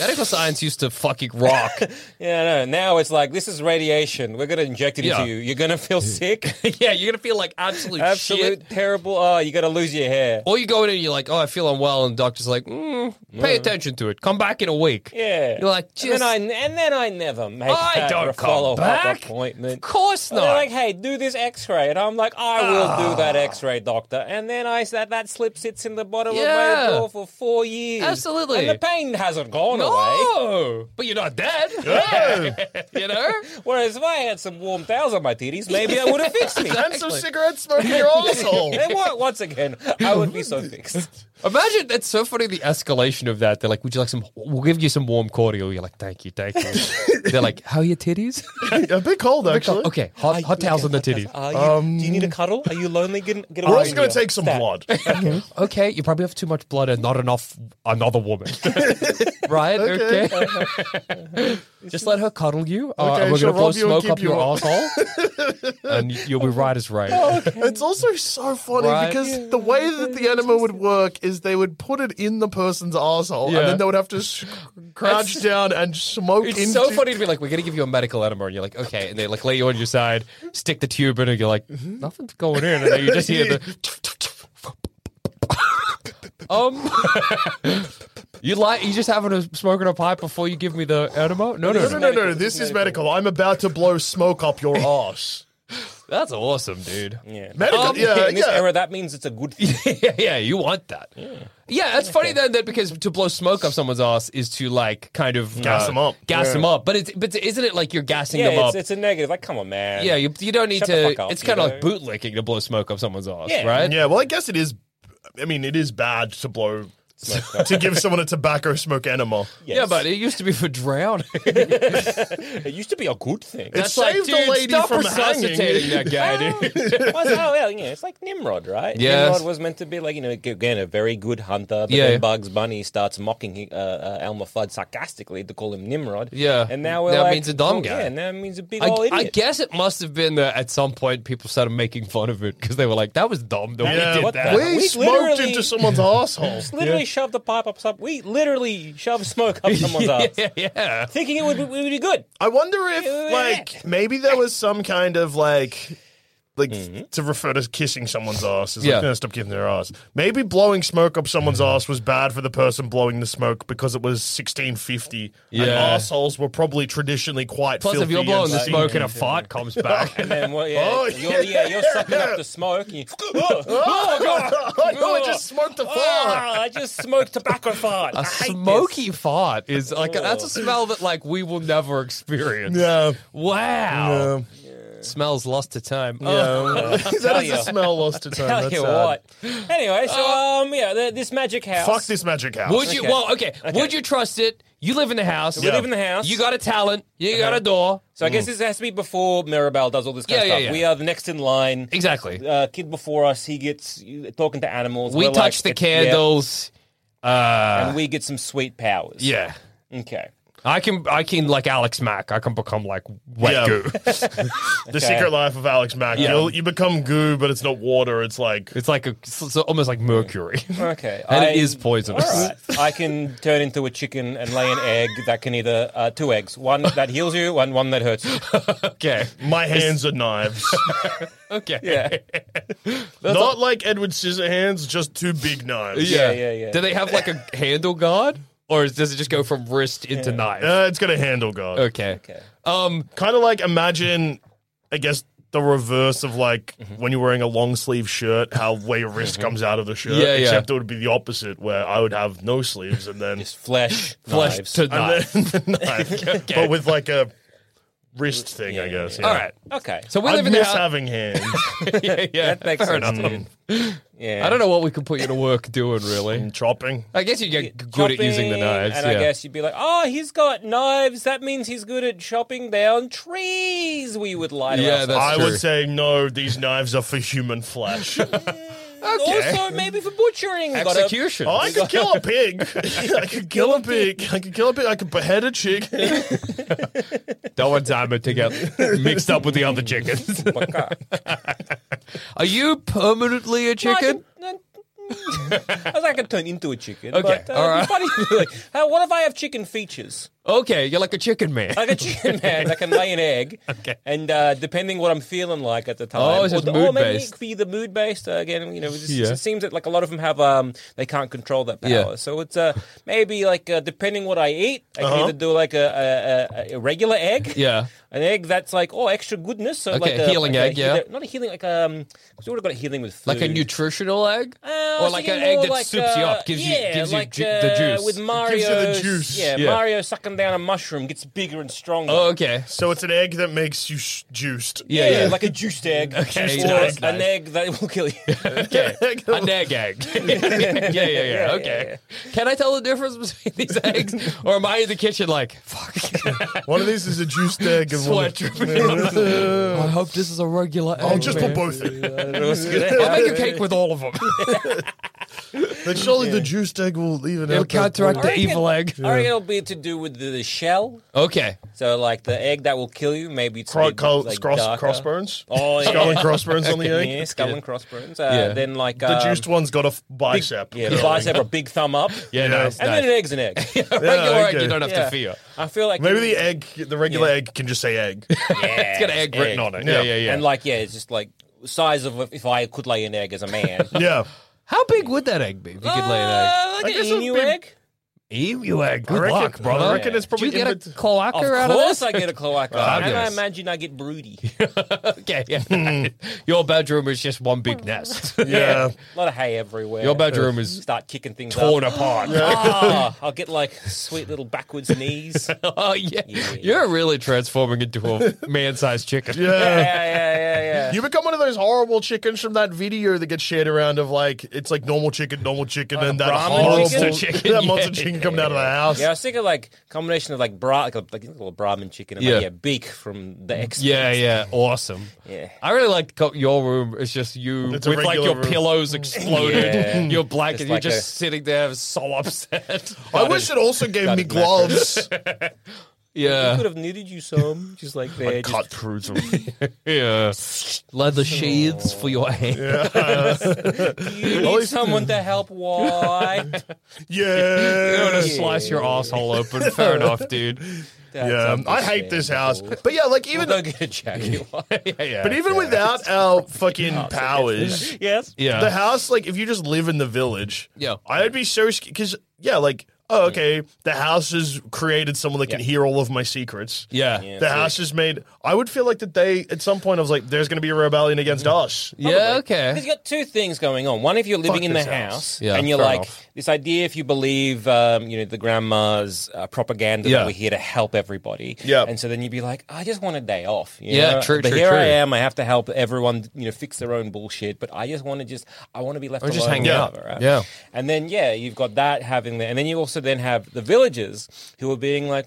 Speaker 2: Medical science used to fucking rock.
Speaker 3: Yeah, no, now it's like, this is radiation. We're going to inject it
Speaker 2: Yeah.
Speaker 3: into you. You're going to feel sick.
Speaker 2: yeah, you're going to feel like absolute,
Speaker 3: Absolute
Speaker 2: shit.
Speaker 3: terrible. Oh, you're going to lose your hair.
Speaker 2: Or you go in and you're like, oh, I feel unwell. And the doctor's like, mm, pay attention to it. Come back in a week.
Speaker 3: Yeah.
Speaker 2: You're like,
Speaker 3: and then
Speaker 2: just.
Speaker 3: I, and then I never make
Speaker 2: I
Speaker 3: that
Speaker 2: don't
Speaker 3: a
Speaker 2: come
Speaker 3: follow-up
Speaker 2: back.
Speaker 3: appointment.
Speaker 2: Of course
Speaker 3: And They're
Speaker 2: not.
Speaker 3: like, hey, do this X-ray, and I'm like, I will do that X-ray, doctor. And then I that that slip sits in the bottom
Speaker 2: Yeah.
Speaker 3: of my door for four years,
Speaker 2: Absolutely.
Speaker 3: and the pain hasn't gone away.
Speaker 2: no, but you're not dead. you know?
Speaker 3: Whereas if I had some warm towels on my titties, maybe that would have fixed me.
Speaker 1: And some cigarette smoke in your asshole.
Speaker 3: and what, once again, I would be so fixed.
Speaker 2: Imagine that's so funny the escalation of that. They're like, "Would you like some? We'll give you some warm cordial." You're like, "Thank you, thank you." They're like, "How are your titties?"
Speaker 1: a bit cold, actually.
Speaker 2: okay, hot, hot towels on the titties.
Speaker 3: Are you, do you need a cuddle? Are you lonely? Get, get
Speaker 1: We're
Speaker 3: away
Speaker 1: also
Speaker 3: from
Speaker 1: going
Speaker 3: here.
Speaker 1: to take some
Speaker 3: Stat.
Speaker 1: blood.
Speaker 2: Okay, you probably have too much blood and not enough another woman. right? Okay. Just let her cuddle you. Uh,
Speaker 1: Uh-huh. Okay,
Speaker 2: and we're
Speaker 1: she'll
Speaker 2: gonna blow
Speaker 1: rub you and
Speaker 2: smoke
Speaker 1: keep
Speaker 2: up your
Speaker 1: you warm.
Speaker 2: asshole, and you'll be right as right.
Speaker 1: It's also so funny
Speaker 2: Right.
Speaker 1: because the way that the enema would work is they would put it in the person's asshole
Speaker 2: Yeah.
Speaker 1: and then they would have to sh- crouch
Speaker 2: That's-
Speaker 1: down and smoke
Speaker 2: It's
Speaker 1: into
Speaker 2: so funny to be like, we're gonna give you a medical enema, and you're like, okay, and they like lay you on your side, stick the tube in, and you're like, nothing's going in, and then you just hear the. um, you like you just having a smoking a pipe before you give me the enema? No, no,
Speaker 1: No,
Speaker 2: no,
Speaker 1: no, no, no. This is medical. I'm about to blow smoke up your ass.
Speaker 2: that's awesome, dude.
Speaker 3: Yeah.
Speaker 1: Medical,
Speaker 2: Um,
Speaker 1: yeah,
Speaker 3: in this
Speaker 1: yeah.
Speaker 3: era, that means it's a good thing.
Speaker 2: yeah, yeah, you want that. Yeah, it's funny then that because to blow smoke up someone's ass is to like kind of
Speaker 1: Gas
Speaker 2: uh,
Speaker 1: 'em up.
Speaker 2: gas them up. But it's but isn't it like you're gassing
Speaker 3: yeah,
Speaker 2: them
Speaker 3: it's,
Speaker 2: up?
Speaker 3: it's a negative. Like, come on, man.
Speaker 2: yeah, you, you don't need
Speaker 3: Shut the
Speaker 2: to.
Speaker 3: fuck up,
Speaker 2: it's
Speaker 3: you
Speaker 2: kind of
Speaker 3: know?
Speaker 2: like bootlicking to blow smoke up someone's ass,
Speaker 3: Yeah.
Speaker 2: right?
Speaker 1: Yeah, well, I guess it is. I mean, it is bad to blow, to give someone a tobacco smoke enema.
Speaker 2: Yeah, but it used to be for drowning.
Speaker 3: it used to be a good thing.
Speaker 1: It saved a lady
Speaker 2: stop
Speaker 1: from hanging.
Speaker 2: resuscitating that guy, dude.
Speaker 3: Well, so, well, yeah, it's like Nimrod, right?
Speaker 2: Yes.
Speaker 3: Nimrod was meant to be like, you know, again, a very good hunter. But
Speaker 2: Yeah.
Speaker 3: then Bugs Bunny starts mocking uh, uh, Elmer Fudd sarcastically to call him Nimrod.
Speaker 2: Yeah.
Speaker 3: And now we're
Speaker 2: Now it
Speaker 3: like,
Speaker 2: means a dumb
Speaker 3: oh,
Speaker 2: guy.
Speaker 3: Yeah, now it means a big old
Speaker 2: I,
Speaker 3: idiot.
Speaker 2: I guess it must have been that at some point people started making fun of it because they were like, "That was dumb that we
Speaker 1: Yeah,
Speaker 2: did
Speaker 3: what
Speaker 2: that."
Speaker 3: the-
Speaker 1: we,
Speaker 3: We
Speaker 1: smoked
Speaker 3: literally-
Speaker 1: into someone's asshole.
Speaker 3: Literally shoved the pipe up some. We literally shoved smoke up someone's ass,
Speaker 2: yeah.
Speaker 3: thinking it would, it would be good.
Speaker 1: I wonder if, like, maybe there was some kind of like, like to refer to kissing someone's ass. Is
Speaker 2: Yeah.
Speaker 1: like, no, stop kissing their ass. Maybe blowing smoke up someone's ass was bad for the person blowing the smoke because it was 1650, and
Speaker 2: Yeah.
Speaker 1: assholes were probably traditionally quite.
Speaker 2: Plus, if
Speaker 1: filthy
Speaker 2: you're blowing the
Speaker 1: and
Speaker 2: smoke and
Speaker 1: stinky.
Speaker 2: a fart comes back,
Speaker 3: And then, well, yeah,
Speaker 1: Oh,
Speaker 3: you're, yeah, you're sucking up the smoke. You, oh, Ah,
Speaker 1: Oh, God. I know, I just smoked the fart.
Speaker 3: I just smoked tobacco fart. I
Speaker 2: a
Speaker 3: hate this.
Speaker 2: smoky fart is like that's a smell that like we will never experience.
Speaker 1: Yeah.
Speaker 2: Wow. Smells lost to time. Oh.
Speaker 1: that is a smell lost to time.
Speaker 3: Tell
Speaker 1: That's
Speaker 3: you
Speaker 1: sad.
Speaker 3: what. Anyway, so
Speaker 2: Uh,
Speaker 3: um, yeah, the, this magic house.
Speaker 1: Fuck this magic house.
Speaker 2: Would you?
Speaker 3: Okay.
Speaker 2: Well, okay. Would you trust it? You live in the house.
Speaker 1: We
Speaker 3: live in the house. Uh-huh.
Speaker 2: You got a talent. You got a door.
Speaker 3: So I guess this has to be before Mirabelle does all this kind
Speaker 2: Yeah,
Speaker 3: of
Speaker 2: yeah,
Speaker 3: stuff.
Speaker 2: yeah.
Speaker 3: We are the next in line.
Speaker 2: Exactly.
Speaker 3: Uh, kid before us, he gets uh, talking to animals.
Speaker 2: we
Speaker 3: We're
Speaker 2: touch
Speaker 3: like,
Speaker 2: the
Speaker 3: yeah,
Speaker 2: candles. Uh,
Speaker 3: and we get some sweet powers.
Speaker 2: yeah.
Speaker 3: Okay.
Speaker 2: I can. I can like Alex Mack. I can become like wet
Speaker 1: Yeah.
Speaker 2: goo.
Speaker 1: The Secret Life of Alex Mack. You'll- You become goo, but it's not water. It's like
Speaker 2: It's like a, it's almost like mercury,
Speaker 3: Okay.
Speaker 2: and
Speaker 3: I-
Speaker 2: it is
Speaker 3: All
Speaker 2: poisonous.
Speaker 3: right. I can turn into a chicken and lay an egg that can either uh, two eggs, one that heals you and one that hurts you.
Speaker 2: Okay.
Speaker 1: my hands are knives.
Speaker 2: Okay.
Speaker 3: Yeah.
Speaker 1: not like Edward Scissorhands, just two big knives.
Speaker 3: Yeah, yeah, yeah.
Speaker 2: Do they have like a handle guard, or is, does it just go from wrist into knife?
Speaker 1: Uh, it's got a handle guard.
Speaker 2: okay. Okay. Um.
Speaker 1: Kind of like imagine, I guess, the reverse of like
Speaker 2: Mm-hmm.
Speaker 1: when you're wearing a long sleeve shirt, how where your wrist comes out of the shirt.
Speaker 2: Yeah, yeah.
Speaker 1: Except it would be the opposite, where I would have no sleeves and then
Speaker 3: Just flesh,
Speaker 2: Flesh
Speaker 3: knives.
Speaker 2: to
Speaker 1: and
Speaker 2: knife.
Speaker 1: then the knife, but with like a wrist thing, I guess. yeah.
Speaker 2: All right.
Speaker 3: Okay.
Speaker 2: So we
Speaker 1: I
Speaker 2: live in the
Speaker 1: miss
Speaker 2: house.
Speaker 1: having hands.
Speaker 2: yeah, yeah.
Speaker 3: That makes
Speaker 2: fair
Speaker 3: sense,
Speaker 2: enough.
Speaker 3: dude. yeah.
Speaker 2: I don't know what we could put you to work doing, really.
Speaker 1: and chopping.
Speaker 2: I guess you get g- good at using the
Speaker 3: Chopping,
Speaker 2: knives.
Speaker 3: And
Speaker 2: yeah.
Speaker 3: I guess you'd be like, oh, he's got knives. That means he's good at chopping down trees. We would lie to
Speaker 2: Yeah,
Speaker 3: ourselves.
Speaker 2: that's
Speaker 1: I
Speaker 2: true.
Speaker 1: would say no. These knives are for human flesh.
Speaker 3: Also, maybe for butchering. uh, we've got a-
Speaker 2: Execution.
Speaker 1: Oh, I could kill a pig. I could kill a pig. I could kill a pig. I could behead a chick.
Speaker 2: Don't want Diamond to get mixed up with the other chickens.
Speaker 3: uh,
Speaker 2: Are you permanently a
Speaker 3: No, I
Speaker 2: chicken?
Speaker 3: could- I was like, I could turn into a chicken.
Speaker 2: Okay,
Speaker 3: but, uh,
Speaker 2: all right.
Speaker 3: it'd be funny. Like, uh, what if I have chicken features?
Speaker 2: Okay, you're like a chicken man.
Speaker 3: Like a chicken man, I can lay an egg.
Speaker 2: Okay.
Speaker 3: And uh, depending what I'm feeling like at the time,
Speaker 2: Oh, it's
Speaker 3: or,
Speaker 2: just
Speaker 3: the- or maybe
Speaker 2: mood-based.
Speaker 3: it could be the mood based. Uh, again, you know, it, just,
Speaker 2: Yeah.
Speaker 3: it seems that like a lot of them have um, they can't control that power.
Speaker 2: Yeah.
Speaker 3: So it's uh, maybe like uh, depending what I eat, I can either do like a, a, a, a regular egg,
Speaker 2: Uh-huh. Yeah.
Speaker 3: an egg that's like oh extra goodness, so
Speaker 2: Okay,
Speaker 3: like a
Speaker 2: healing
Speaker 3: like a
Speaker 2: egg, yeah.
Speaker 3: healer- not a healing like um, because we would have got healing with food,
Speaker 2: Like a nutritional egg?
Speaker 3: uh,
Speaker 2: or like an egg that soups you up, gives you gives you ju- the juice.
Speaker 3: with Mario.
Speaker 1: you the juice.
Speaker 3: Yeah,
Speaker 2: Yeah.
Speaker 3: Mario sucking down a mushroom gets bigger and stronger.
Speaker 2: oh, okay.
Speaker 1: So it's an egg that makes you sh- juiced.
Speaker 2: Yeah, yeah.
Speaker 3: like a juiced egg,
Speaker 2: Okay,
Speaker 3: or
Speaker 2: nice,
Speaker 3: an
Speaker 2: nice.
Speaker 3: egg that will kill you.
Speaker 2: Okay. An egg egg. yeah, yeah, yeah.
Speaker 3: yeah,
Speaker 2: Okay. Can I tell the difference between these eggs? Or am I in the kitchen like, fuck,
Speaker 1: One of these is a juiced egg. And one
Speaker 2: sweat
Speaker 1: of-
Speaker 2: dripping? I hope this is a regular egg.
Speaker 1: I'll just
Speaker 2: man.
Speaker 1: put both in.
Speaker 2: I'll make a cake with all of them.
Speaker 1: But surely the juiced egg will even
Speaker 2: It'll
Speaker 1: out that
Speaker 2: counteract
Speaker 1: one.
Speaker 2: the evil egg.
Speaker 3: I reckon it'll be to do with the, the shell.
Speaker 2: Okay.
Speaker 3: So, like the egg that will kill you, maybe it's a
Speaker 1: Cro-
Speaker 3: bit,
Speaker 1: col-
Speaker 3: like,
Speaker 1: cross-
Speaker 3: darker.
Speaker 1: crossbones.
Speaker 3: Oh, yeah.
Speaker 1: Skull and crossbones on the egg.
Speaker 3: yeah, skull and crossbones. Uh,
Speaker 2: Yeah.
Speaker 3: Then, like
Speaker 1: The
Speaker 3: um,
Speaker 1: juiced one's got a f-
Speaker 3: big-
Speaker 1: bicep.
Speaker 3: Yeah, the bicep or big thumb up.
Speaker 2: Yeah, nice.
Speaker 3: And
Speaker 2: nice.
Speaker 3: then an egg's an egg.
Speaker 2: A regular egg
Speaker 1: okay.
Speaker 2: you don't have
Speaker 3: Yeah.
Speaker 2: to fear.
Speaker 3: I feel like
Speaker 1: Maybe the egg, the regular egg, can just say egg.
Speaker 2: It's got an egg, written on it. Yeah, yeah, yeah.
Speaker 3: And like, yeah, it's just like size of if I could lay an egg as a man.
Speaker 1: yeah.
Speaker 2: How big would that egg be if you could lay an
Speaker 3: Uh,
Speaker 1: I
Speaker 3: like
Speaker 1: guess
Speaker 3: an
Speaker 1: it'd
Speaker 3: emu
Speaker 1: be-
Speaker 3: egg.
Speaker 2: egg? Emu egg. Good
Speaker 1: I reckon-
Speaker 2: luck, brother.
Speaker 1: I reckon it's
Speaker 2: Do
Speaker 1: probably
Speaker 2: you get
Speaker 1: in
Speaker 2: a
Speaker 1: bet-
Speaker 2: cloaca
Speaker 3: Of
Speaker 2: out
Speaker 3: course,
Speaker 2: of
Speaker 3: I get a cloaca, and I
Speaker 2: Fabulous.
Speaker 3: imagine I get broody.
Speaker 2: this? Okay, yeah. Your bedroom is just one big nest.
Speaker 1: Yeah.
Speaker 3: a lot of hay everywhere.
Speaker 2: Your bedroom is
Speaker 3: Start kicking things
Speaker 2: torn
Speaker 3: up.
Speaker 2: apart.
Speaker 3: Ah, I'll get like sweet little backwards knees. yeah,
Speaker 2: Oh yeah. You're really transforming into a man-sized chicken.
Speaker 1: Yeah.
Speaker 3: yeah, yeah, yeah.
Speaker 1: You become one of those horrible chickens from that video that gets shared around of like it's like normal chicken, normal chicken, and that
Speaker 2: Brahmin
Speaker 1: horrible
Speaker 2: chicken?
Speaker 1: chicken?
Speaker 2: Chicken,
Speaker 1: that
Speaker 2: yeah.
Speaker 1: monster chicken coming out of the house.
Speaker 3: Yeah, I was thinking like combination of like bra, like a, like a little Brahmin chicken, and
Speaker 2: Yeah.
Speaker 3: like, yeah, beak from the X.
Speaker 2: Yeah, Uh, yeah, awesome.
Speaker 3: Yeah.
Speaker 2: I really like co- your room. It's just you
Speaker 1: It's a
Speaker 2: with like
Speaker 1: regular
Speaker 2: your
Speaker 1: room.
Speaker 2: pillows exploded,
Speaker 3: Yeah.
Speaker 2: your blanket.
Speaker 3: It's
Speaker 2: you're
Speaker 3: like
Speaker 2: just
Speaker 3: a-
Speaker 2: sitting there, so upset.
Speaker 1: I wish it also gave me
Speaker 3: it
Speaker 1: gloves.
Speaker 3: mattress.
Speaker 2: Yeah.
Speaker 3: Could have knitted you some, just like there.
Speaker 1: Like
Speaker 3: just-
Speaker 1: cut through them.
Speaker 2: Yeah. Leather sheaths for your hand.
Speaker 3: you need someone to help wipe.
Speaker 2: You don't want to
Speaker 1: yes.
Speaker 2: slice your asshole open. Fair enough, dude. um,
Speaker 1: Yeah. I hate this house. But yeah, like even
Speaker 3: Don't get a jacket wipe.
Speaker 1: but even without our fucking powers,
Speaker 3: yes.
Speaker 2: Yeah.
Speaker 1: the house like if you just live in the village
Speaker 2: Yeah.
Speaker 1: i'd be so because yeah like oh okay the house has created someone that can hear all of my secrets
Speaker 2: yeah.
Speaker 1: the house has made i would feel like that they at some point i was like there's going to be a rebellion against us
Speaker 2: Mm-hmm. Yeah,
Speaker 3: Because
Speaker 2: okay.
Speaker 3: you got two things going on. One, if you're living
Speaker 1: Fuck
Speaker 3: in the
Speaker 1: this
Speaker 3: house,
Speaker 1: house.
Speaker 2: Yeah,
Speaker 3: and you're
Speaker 2: fair
Speaker 3: like
Speaker 2: enough.
Speaker 3: this idea, if you believe, um, you know, the grandma's uh, propaganda
Speaker 2: Yeah.
Speaker 3: that we're here to help everybody.
Speaker 1: Yeah.
Speaker 3: And so then you'd be like, I just want a day off. you
Speaker 2: Yeah,
Speaker 3: know?
Speaker 2: true,
Speaker 3: But
Speaker 2: true,
Speaker 3: here I
Speaker 2: true.
Speaker 3: am. I have to help everyone, you know, fix their own bullshit. But I just want to just, I want to be left
Speaker 2: Or
Speaker 3: alone.
Speaker 2: just hang
Speaker 3: or
Speaker 2: out.
Speaker 3: whatever, right?
Speaker 2: Yeah.
Speaker 3: And then yeah, you've got that having there, and then you also then have the villagers who are being like.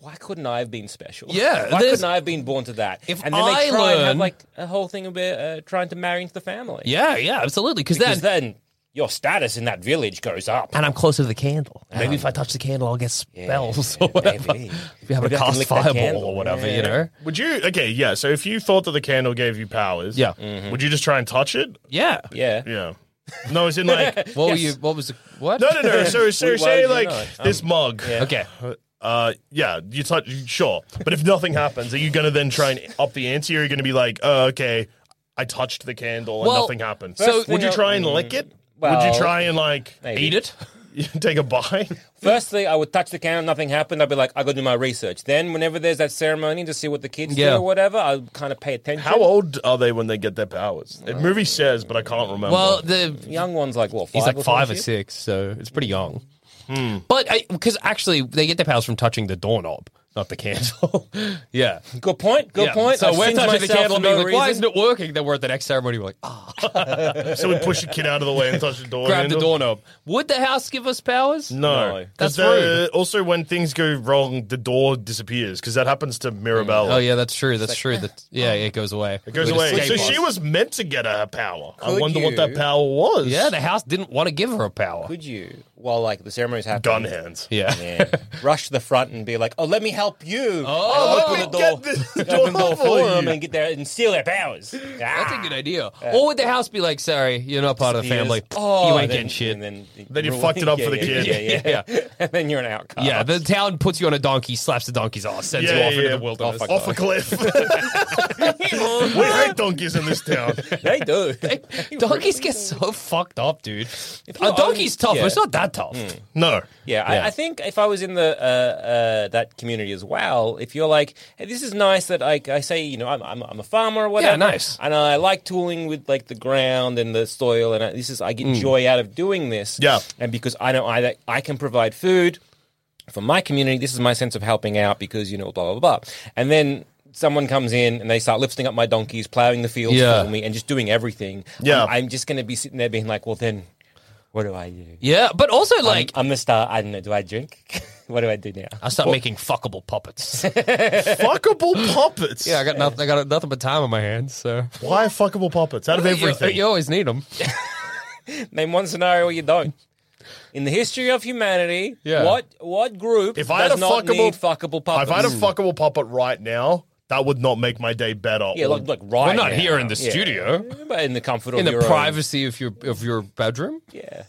Speaker 3: Why couldn't I have been special?
Speaker 2: Yeah,
Speaker 3: why
Speaker 2: there's-
Speaker 3: couldn't I have been born to that?
Speaker 2: If
Speaker 3: and then they
Speaker 2: I
Speaker 3: try and have
Speaker 2: learn-
Speaker 3: like a whole thing about uh, trying to marry into the family.
Speaker 2: Yeah, yeah, absolutely. Because
Speaker 3: Because
Speaker 2: then,
Speaker 3: then, your status in that village goes up.
Speaker 2: and I'm closer to the candle. Maybe if I touch the candle, I'll get spells or whatever.
Speaker 3: maybe.
Speaker 2: If you have
Speaker 3: Maybe
Speaker 2: a
Speaker 3: I can
Speaker 2: cast
Speaker 3: lick that
Speaker 2: fireball
Speaker 3: candle,
Speaker 2: or whatever,
Speaker 3: yeah.
Speaker 2: you know.
Speaker 1: would you okay yeah so if you thought that the candle gave you powers
Speaker 2: Yeah.
Speaker 1: would you just try and touch it
Speaker 2: Yeah.
Speaker 3: Yeah.
Speaker 1: yeah no it's in like
Speaker 2: What were you? What was the what?
Speaker 1: no no no so, so
Speaker 3: Why
Speaker 1: say
Speaker 3: would you
Speaker 1: like
Speaker 3: not?
Speaker 1: this
Speaker 2: Um,
Speaker 1: mug
Speaker 2: Okay.
Speaker 1: uh, yeah, you touch, sure. But if nothing happens, are you going to then try and up the ante, or are you going to be like, oh, okay, I touched the candle and
Speaker 2: Well,
Speaker 1: nothing happened?
Speaker 2: so-
Speaker 1: would you try and lick it? would
Speaker 3: Well,
Speaker 1: you try and like
Speaker 3: maybe.
Speaker 2: Eat it.
Speaker 1: take a bite?
Speaker 3: Firstly, I would touch the candle, nothing happened. I'd be like, I got to do my research. Then, whenever there's that ceremony to see what the kids
Speaker 2: Yeah.
Speaker 3: do or whatever, I kind of pay attention.
Speaker 1: How old are they when they get their powers? The movie says, but I can't remember.
Speaker 2: Well, the
Speaker 3: Young ones like what? Five
Speaker 2: he's like
Speaker 3: or
Speaker 2: five or
Speaker 3: something?
Speaker 2: six, so it's pretty young.
Speaker 3: Hmm.
Speaker 2: But I because actually they get their powers from touching the doorknob, not the candle. yeah.
Speaker 3: Good point. Good
Speaker 2: Yeah.
Speaker 3: point.
Speaker 2: So
Speaker 3: I've
Speaker 2: we're
Speaker 3: singed
Speaker 2: touching the
Speaker 3: myself
Speaker 2: candle
Speaker 3: for
Speaker 2: and being
Speaker 3: no
Speaker 2: like, why isn't
Speaker 3: reason.
Speaker 2: it working? Then we're at the next ceremony, we're like, ah,
Speaker 1: so we push the kid out of the way and touch the door.
Speaker 2: grab the
Speaker 1: handle?
Speaker 2: doorknob. Would the house give us powers?
Speaker 1: No,
Speaker 2: That's
Speaker 1: because also when things go wrong, the door disappears because that happens to Mirabella.
Speaker 2: Oh yeah, that's true. That's true. That yeah, it goes away.
Speaker 1: Oh. It goes away. So she was meant to get her power. I
Speaker 3: Could
Speaker 1: wonder what
Speaker 3: you-
Speaker 1: that power was.
Speaker 2: Yeah, the house didn't want to give her a power.
Speaker 3: Could you, while like the ceremony's happening,
Speaker 1: gun hands.
Speaker 2: yeah.
Speaker 3: Yeah. rush to the front and be like, "Oh, let me help you."
Speaker 2: Oh,
Speaker 3: And
Speaker 1: let
Speaker 3: open the
Speaker 1: me
Speaker 3: door,
Speaker 1: get the
Speaker 3: open the
Speaker 1: door
Speaker 3: door for
Speaker 1: for
Speaker 3: them
Speaker 1: you.
Speaker 3: and get there and steal their powers.
Speaker 2: That's a good idea. Or would the house be like, sorry, you're not part of the family.
Speaker 3: Oh,
Speaker 2: you ain't
Speaker 3: then-
Speaker 2: getting shit.
Speaker 3: And then,
Speaker 1: Then you fucked it up
Speaker 3: Yeah,
Speaker 1: for the
Speaker 3: yeah,
Speaker 1: kid.
Speaker 3: Yeah, yeah, yeah. and then you're an outcast.
Speaker 2: yeah, the town puts you on a donkey, slaps the donkey's ass, sends you off into the
Speaker 3: Oh,
Speaker 2: wilderness.
Speaker 1: Off a cliff. we hate donkeys in this town.
Speaker 3: they do.
Speaker 2: donkeys get so fucked up, dude. A donkey's tough, but it's
Speaker 3: yeah. Hmm.
Speaker 2: not that tough.
Speaker 1: No.
Speaker 3: Yeah, I, I think if I was in the uh, uh, that community as well, if you're like, hey, this is nice that I, I say, you know, I'm, I'm, I'm a farmer or whatever.
Speaker 2: nice.
Speaker 3: And I like tooling with like the ground and the soil, and I, this is I get joy out of doing this.
Speaker 1: Yeah.
Speaker 3: and because I know I I can provide food for my community. This is my sense of helping out because you know blah blah blah. And then someone comes in and they start lifting up my donkeys, plowing the fields
Speaker 2: Yeah.
Speaker 3: for me, and just doing everything.
Speaker 1: Yeah.
Speaker 3: I'm, I'm just going to be sitting there being like, well then. What do I do?
Speaker 2: Yeah, but also like
Speaker 3: I'm gonna start. I don't know. Do I drink? what do I do now?
Speaker 2: I start making fuckable puppets.
Speaker 1: Fuckable puppets.
Speaker 2: yeah, I got nothing. I got nothing but time on my hands. So
Speaker 1: Why fuckable puppets? Out of everything.
Speaker 2: you, always need them.
Speaker 3: Name one scenario where you don't. In the history of humanity,
Speaker 2: Yeah.
Speaker 3: what what group
Speaker 1: If
Speaker 3: if
Speaker 1: I
Speaker 3: I
Speaker 1: had
Speaker 3: does
Speaker 1: a
Speaker 3: not
Speaker 1: fuckable-
Speaker 3: need fuckable puppets?
Speaker 1: if I had a
Speaker 2: mm.
Speaker 1: fuckable puppet right now, that would not make my day better.
Speaker 3: yeah,
Speaker 1: or-
Speaker 3: like, like right.
Speaker 2: We're not
Speaker 3: now.
Speaker 2: here in the
Speaker 3: Yeah.
Speaker 2: studio,
Speaker 3: but in the comfort of
Speaker 2: in the
Speaker 3: your own-
Speaker 2: privacy of your of your bedroom.
Speaker 3: yeah.